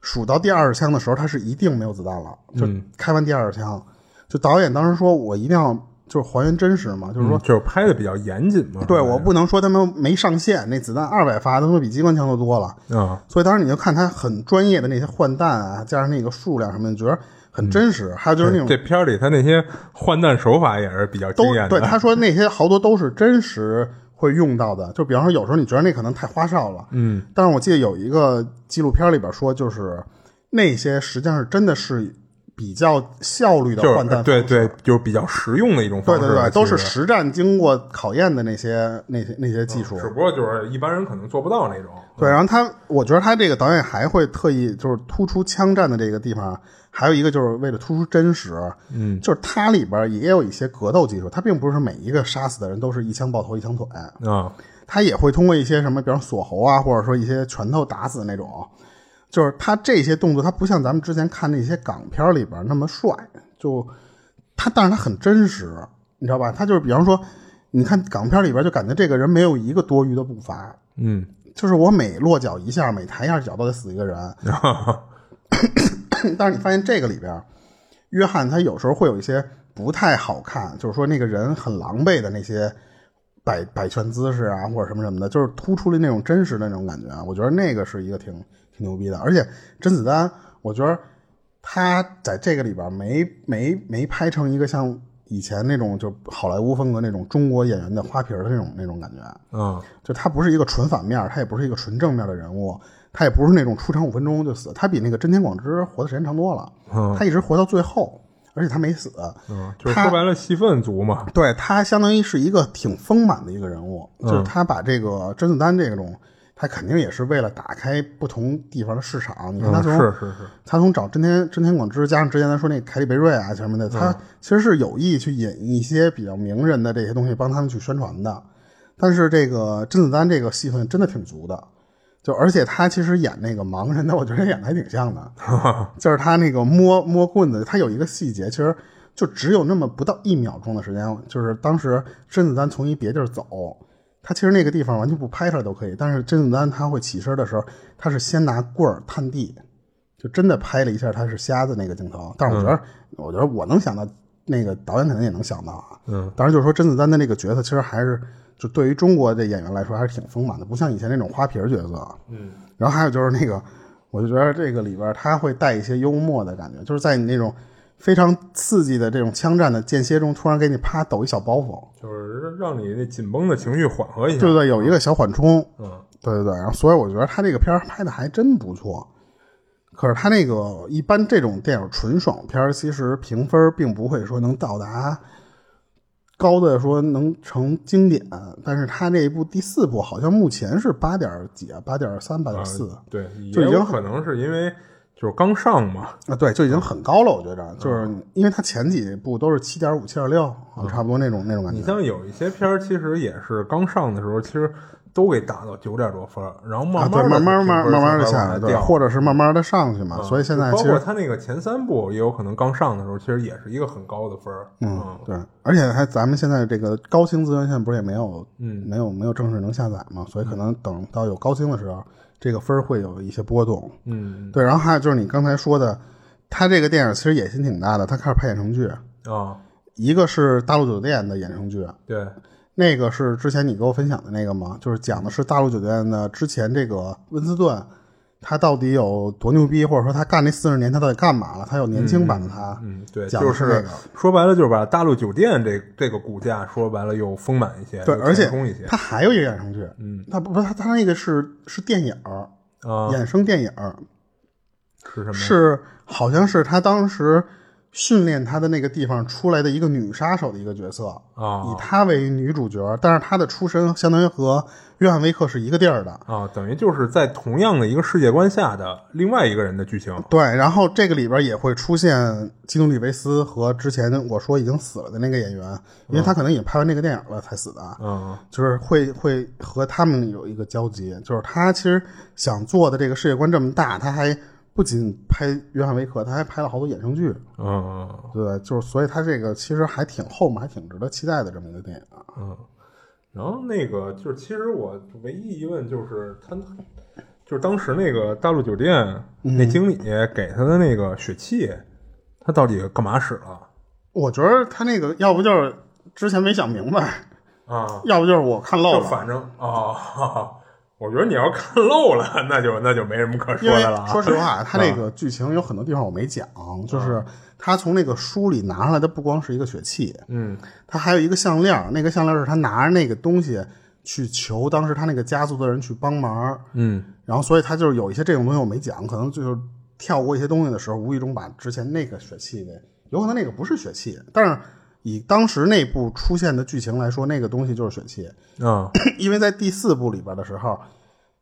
Speaker 1: 数到第二十枪的时候，他是一定没有子弹了，就开完第二十枪，就导演当时说我一定要就是还原真实嘛，就是说。
Speaker 2: 嗯就是拍的比较严谨嘛。
Speaker 1: 对，我不能说他们没上限，那子弹二百发，他们比机关枪都多了。
Speaker 2: 啊，
Speaker 1: 所以当时你就看他很专业的那些换弹啊，加上那个数量什么的，你觉得很真实。还有就是那种
Speaker 2: 这片儿里他那些换弹手法也是比较惊
Speaker 1: 都
Speaker 2: 艳
Speaker 1: 对
Speaker 2: 的。啊
Speaker 1: 他说那些好多都是真实会用到的，就比方说有时候你觉得那可能太花哨了，
Speaker 2: 嗯，
Speaker 1: 但是我记得有一个纪录片里边说，就是那些实际上是真的是比较效率的
Speaker 2: 就
Speaker 1: 换弹
Speaker 2: 是
Speaker 1: 方
Speaker 2: 对
Speaker 1: 式，
Speaker 2: 对，就是比较实用的一种方
Speaker 1: 对
Speaker 2: 式
Speaker 1: 对
Speaker 2: 吧。
Speaker 1: 对，都是
Speaker 2: 其实
Speaker 1: 实战经过考验的那些那些那些技术。
Speaker 2: 只不过就是一般人可能做不到那种。
Speaker 1: 对，然后他，我觉得他这个导演还会特意就是突出枪战的这个地方，还有一个就是为了突出真实，
Speaker 2: 嗯，
Speaker 1: 就是它里边也有一些格斗技术，它并不是每一个杀死的人都是一枪爆头一枪腿，
Speaker 2: 啊，
Speaker 1: 他也会通过一些什么，比方锁喉啊，或者说一些拳头打死那种，就是他这些动作，他不像咱们之前看那些港片里边那么帅，就他，但是他很真实，你知道吧？他就是比方说，你看港片里边就感觉这个人没有一个多余的步伐，
Speaker 2: 嗯，
Speaker 1: 就是我每落脚一下，每抬一下脚都得死一个人。但是你发现这个里边，约翰他有时候会有一些不太好看，就是说那个人很狼狈的那些摆摆拳姿势啊，或者什么什么的，就是突出了那种真实的那种感觉啊。我觉得那个是一个挺挺牛逼的，而且甄子丹，我觉得他在这个里边没没没拍成一个像以前那种就好莱坞风格那种中国演员的花瓶儿的那种那种感觉。
Speaker 2: 啊，
Speaker 1: 就他不是一个纯反面，他也不是一个纯正面的人物，他也不是那种出场五分钟就死，他比那个真田广之活的时间长多了，
Speaker 2: 嗯
Speaker 1: 他一直活到最后，而且他没死，
Speaker 2: 嗯，就是说白了，戏份足嘛。
Speaker 1: 对他相当于是一个挺丰满的一个人物，就是
Speaker 2: 嗯
Speaker 1: 他把这个甄子丹这种，他肯定也是为了打开不同地方的市场，你看他
Speaker 2: 嗯，
Speaker 1: 从、
Speaker 2: 是是是，
Speaker 1: 他从找真田真田广之，加上之前咱说那凯里贝瑞啊什么的，他其实是有意去引一些比较名人的这些东西，帮他们去宣传的。但是这个甄子丹这个戏份真的挺足的，就而且他其实演那个盲人的，我觉得演的还挺像的，就是他那个摸摸棍子，他有一个细节，其实就只有那么不到一秒钟的时间，就是当时甄子丹从一别地儿走。他其实那个地方完全不拍出来都可以，但是甄子丹他会起身的时候，他是先拿棍儿探地，就真的拍了一下他是瞎子那个镜头。但是我觉得，
Speaker 2: 嗯
Speaker 1: 我觉得我能想到，那个导演肯定也能想到啊。
Speaker 2: 嗯，
Speaker 1: 当然就是说甄子丹的那个角色其实还是就对于中国的演员来说还是挺丰满的，不像以前那种花瓶儿角色。啊
Speaker 2: 嗯，
Speaker 1: 然后还有就是那个，我就觉得这个里边儿他会带一些幽默的感觉，就是在你那种非常刺激的这种枪战的间歇中，突然给你啪抖一小包袱，
Speaker 2: 就是让你那紧绷的情绪缓和一下
Speaker 1: 对。不对？有一个小缓冲。
Speaker 2: 嗯
Speaker 1: 对对对，然后所以我觉得他这个片儿拍的还真不错。可是他那个一般这种电影纯爽片儿，其实评分并不会说能到达高的，说能成经典。但是他这一部第四部好像目前是八点几啊，八点三、八点四
Speaker 2: 啊，对，
Speaker 1: 就已
Speaker 2: 也
Speaker 1: 经
Speaker 2: 有
Speaker 1: 很
Speaker 2: 可能是因为就是刚上嘛。
Speaker 1: 啊，对，就已经很高了。我觉得，就是因为他前几部都是七点五、七点六，差不多那种那种感
Speaker 2: 你
Speaker 1: 觉。
Speaker 2: 像有一些片儿，其实也是刚上的时候，其实都给打到九点多分儿，然后
Speaker 1: 啊，
Speaker 2: 慢
Speaker 1: 对，
Speaker 2: 慢
Speaker 1: 慢
Speaker 2: 慢
Speaker 1: 慢慢慢慢
Speaker 2: 的
Speaker 1: 的下来，嗯
Speaker 2: 来
Speaker 1: 对，
Speaker 2: 掉。嗯
Speaker 1: 或者是慢慢的上去嘛。所以现在
Speaker 2: 包
Speaker 1: 其实
Speaker 2: 括他那个前三部，也有可能刚上的时候，其实也是一个很高的分儿。
Speaker 1: 嗯，对，而且还咱们现在这个高清资源线不是也没有，
Speaker 2: 嗯
Speaker 1: 没有没有正式能下载嘛，所以可能等到有高清的时候，这个分儿会有一些波动。
Speaker 2: 嗯
Speaker 1: 对，然后还有就是你刚才说的，他这个电影其实野心挺大的，他开始拍衍生剧，
Speaker 2: 啊，
Speaker 1: 一个是《大陆酒店》的衍生剧，
Speaker 2: 对，
Speaker 1: 啊那个是之前你给我分享的那个吗？就是讲的是大陆酒店的之前这个温斯顿，他到底有多牛逼，或者说他干这四十年他到底干嘛了？他有年轻版的他，
Speaker 2: 嗯，对，
Speaker 1: 讲的
Speaker 2: 就是
Speaker 1: 这
Speaker 2: 是
Speaker 1: 个
Speaker 2: 说白了，就是把大陆酒店这这个骨架说白了又丰满一些，
Speaker 1: 对，
Speaker 2: 又
Speaker 1: 而且
Speaker 2: 填充一些，
Speaker 1: 他还有一个衍生剧，
Speaker 2: 嗯
Speaker 1: 他不不是他他那个是是电影儿
Speaker 2: 啊，
Speaker 1: 衍生电影儿，
Speaker 2: 是什么？
Speaker 1: 是好像是他当时训练他的那个地方出来的一个女杀手的一个角色，以
Speaker 2: 啊
Speaker 1: 她为女主角，但是她的出身相当于和约翰威克是一个地儿的。
Speaker 2: 啊，等于就是在同样的一个世界观下的另外一个人的剧情
Speaker 1: 对，然后这个里边也会出现基努里维斯和之前我说已经死了的那个演员，因为
Speaker 2: 嗯
Speaker 1: 他可能也拍完那个电影了才死的啊。
Speaker 2: 啊
Speaker 1: 就是会会和他们有一个交集，就是他其实想做的这个世界观这么大，他还不仅拍约翰维克，他还拍了好多衍生剧，
Speaker 2: 嗯
Speaker 1: 对，就是所以他这个其实还挺后面还挺值得期待的这么一个电影啊。
Speaker 2: 嗯，然后那个就是，其实我唯一疑问就是他。就是当时那个大陆酒店
Speaker 1: 嗯
Speaker 2: 那经理给他的那个血气，他到底干嘛使了
Speaker 1: 我觉得他那个要不就是之前没想明白，
Speaker 2: 啊？
Speaker 1: 要不就是我看漏
Speaker 2: 就
Speaker 1: 了，
Speaker 2: 反正啊、我觉得你要看漏了，那就那就没什么可
Speaker 1: 因
Speaker 2: 说
Speaker 1: 为
Speaker 2: 的了啊。
Speaker 1: 说实话，他那个剧情有很多地方我没讲，就是他从那个书里拿上来的不光是一个血气，
Speaker 2: 嗯
Speaker 1: 他还有一个项链儿，那个项链儿是他拿着那个东西去求当时他那个家族的人去帮忙，
Speaker 2: 嗯
Speaker 1: 然后所以他就是有一些这种东西我没讲，可能就是跳过一些东西的时候，无意中把之前那个血气给，有可能那个不是血气，但是以当时那部出现的剧情来说，那个东西就是血气，
Speaker 2: 啊
Speaker 1: 因为在第四部里边的时候，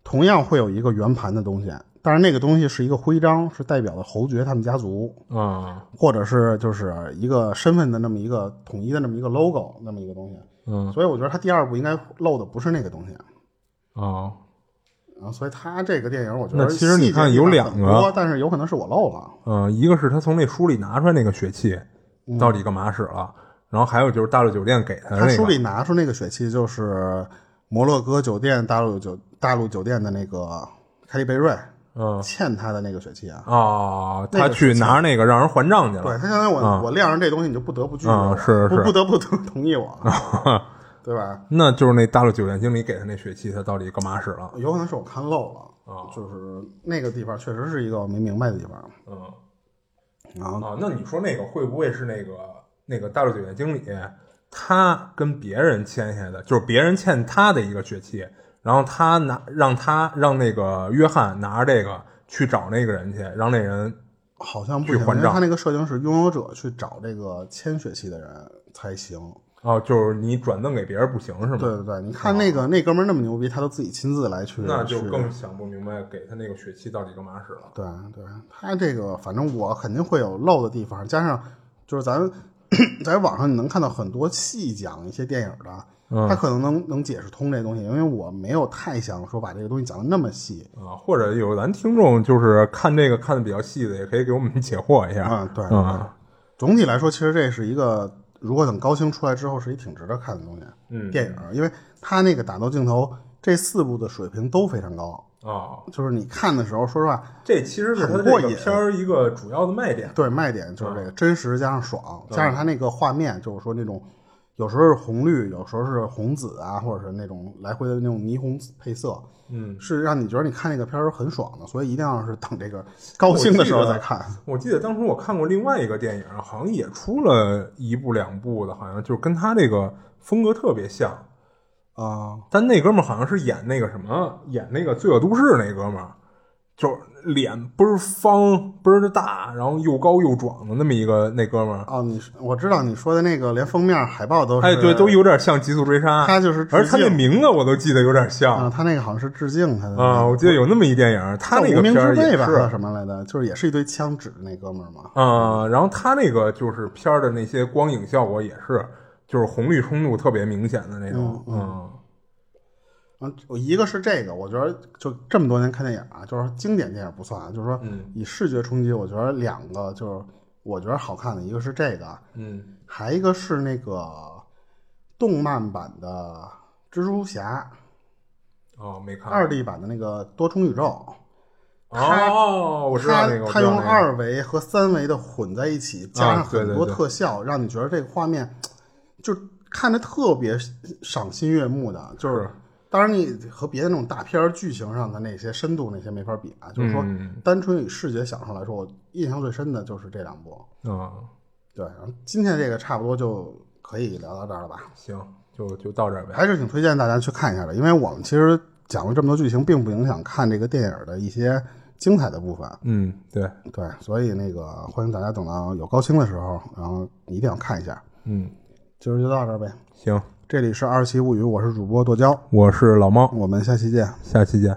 Speaker 1: 同样会有一个圆盘的东西，但是那个东西是一个徽章，是代表的侯爵他们家族，
Speaker 2: 啊
Speaker 1: 或者是就是一个身份的那么一个统一的那么一个 logo 那么一个东西，
Speaker 2: 嗯
Speaker 1: 所以我觉得他第二部应该漏的不是那个东西，
Speaker 2: 啊
Speaker 1: 然后所以他这个电影我觉
Speaker 2: 那
Speaker 1: 得
Speaker 2: 其实你看
Speaker 1: 细节地
Speaker 2: 有
Speaker 1: 很
Speaker 2: 两个
Speaker 1: 多，但是有可能是我漏了，啊
Speaker 2: 呃，一个是他从那书里拿出来那个血气，到底干嘛使了？然后还有就是大陆酒店给他的
Speaker 1: 嗯他
Speaker 2: 哎那
Speaker 1: 书
Speaker 2: 个
Speaker 1: 里拿出那个血气就是摩洛哥酒店大陆酒大陆酒店的那个凯利贝瑞
Speaker 2: 嗯
Speaker 1: 欠他的那个血气啊，
Speaker 2: 啊，他
Speaker 1: 那个
Speaker 2: 去
Speaker 1: 是
Speaker 2: 拿着那个让人还账去
Speaker 1: 对
Speaker 2: 了。
Speaker 1: 他相当于我、我亮上这东西你就不得不拒绝
Speaker 2: 啊
Speaker 1: 我，
Speaker 2: 是是啊
Speaker 1: 不不得不同同意我，啊 对吧？
Speaker 2: 那就是那大陆酒店经理给他那血气，他到底干嘛使了？
Speaker 1: 有可能是我看漏了。
Speaker 2: 啊
Speaker 1: 就是那个地方确实是一个我没明白的地方，
Speaker 2: 嗯
Speaker 1: 然后
Speaker 2: 啊，那你说那个会不会是那个那个大陆酒店经理，他跟别人签下的，就是别人欠他的一个血气，然后他拿让他让那个约翰拿着这个去找那个人去，让那人
Speaker 1: 好像不
Speaker 2: 去
Speaker 1: 行，
Speaker 2: 还
Speaker 1: 因为
Speaker 2: 账
Speaker 1: 他那个设定是拥有者去找这个迁血气的人才行。
Speaker 2: 哦，就是你转赠给别人不行是吗？
Speaker 1: 对对对，你看那个、那哥们儿那么牛逼，他都自己亲自来去，
Speaker 2: 那就
Speaker 1: 去
Speaker 2: 更想不明白给他那个血气到底干嘛使了。
Speaker 1: 对对。他这个反正我肯定会有漏的地方，加上就是咱 在网上你能看到很多细讲一些电影的，
Speaker 2: 嗯
Speaker 1: 他可能能能解释通这东西，因为我没有太想说把这个东西讲的那么细。
Speaker 2: 啊，或者有咱听众就是看这个看的比较细的，也可以给我们解惑一下。
Speaker 1: 嗯，对。
Speaker 2: 啊，
Speaker 1: 总体来说，其实这是一个，如果等高清出来之后，是一挺值得看的东西。
Speaker 2: 嗯
Speaker 1: 电影，因为它那个打斗镜头，这四部的水平都非常高。
Speaker 2: 哦，
Speaker 1: 就是你看的时候，说实话，
Speaker 2: 这其实是他
Speaker 1: 很
Speaker 2: 这
Speaker 1: 过
Speaker 2: 个
Speaker 1: 瘾
Speaker 2: 片儿一个主要的卖点。
Speaker 1: 对卖点就是
Speaker 2: 嗯
Speaker 1: 这个真实加上爽，加上它那个画面，就是说那种有时候是红绿，有时候是红紫啊，或者是那种来回的那种霓虹配色，
Speaker 2: 嗯，
Speaker 1: 是让你觉得你看那个片儿很爽的。所以一定要是等这个高清的时候再看。
Speaker 2: 我记得当时我看过另外一个电影，好像也出了一部两部的，好像就是跟他这个风格特别像。
Speaker 1: 啊、
Speaker 2: 但那哥们儿好像是演那个什么，演那个《罪恶都市》那哥们儿，就是脸倍儿方、倍儿大，然后又高又壮的那么一个那哥们儿。
Speaker 1: 哦，你是我知道你说的那个，连封面海报都是，
Speaker 2: 哎，对，都有点像《极速追杀》，
Speaker 1: 他就是致
Speaker 2: 而他那
Speaker 1: 敬
Speaker 2: 名字我都记得有点像
Speaker 1: 啊，他那个好像是致敬他的那
Speaker 2: 啊，
Speaker 1: 个
Speaker 2: 我记得有那么一电影，他那
Speaker 1: 叫无
Speaker 2: 个
Speaker 1: 名
Speaker 2: 片
Speaker 1: 之
Speaker 2: 儿也
Speaker 1: 辈吧，还是
Speaker 2: 是。
Speaker 1: 什么来的？就是也是一堆枪指着那哥们儿嘛。
Speaker 2: 啊、然后他那个就是片儿的那些光影效果也是，就是红绿冲突特别明显的那种，嗯
Speaker 1: 嗯，一个是这个，我觉得就这么多年看电影啊，就是说经典电影不算啊，就是说
Speaker 2: 嗯
Speaker 1: 以视觉冲击，我觉得两个就是我觉得好看的，一个是这个，
Speaker 2: 嗯
Speaker 1: 还一个是那个动漫版的蜘蛛侠，
Speaker 2: 哦，没看
Speaker 1: 二 D 版的那个多重宇宙。他
Speaker 2: 哦，我知道那
Speaker 1: 他
Speaker 2: 个，我
Speaker 1: 他
Speaker 2: 知道
Speaker 1: 用
Speaker 2: 那个啊
Speaker 1: 二维和三维的混在一起，加上
Speaker 2: 对
Speaker 1: 很
Speaker 2: 对
Speaker 1: 多
Speaker 2: 对
Speaker 1: 特效，让你觉得这个画面就看着特别赏心悦目的，就是
Speaker 2: 是
Speaker 1: 当然，你和别的那种大片儿剧情上的那些深度那些没法比啊，就是说
Speaker 2: 嗯
Speaker 1: 单纯以视觉享受来说，我印象最深的就是这两部。
Speaker 2: 嗯，
Speaker 1: 对，然后今天这个差不多就可以聊到这儿了吧？
Speaker 2: 行，就就到这儿呗。
Speaker 1: 还是挺推荐大家去看一下的，因为我们其实讲了这么多剧情，并不影响看这个电影的一些精彩的部分。啊
Speaker 2: 嗯，对，
Speaker 1: 对，所以那个欢迎大家等到有高清的时候，然后一定要看一下。
Speaker 2: 嗯，
Speaker 1: 今儿就到这儿呗，
Speaker 2: 行，
Speaker 1: 这里是二期物语，我是主播剁椒，
Speaker 2: 我是老猫，
Speaker 1: 我们下期见。
Speaker 2: 下期见。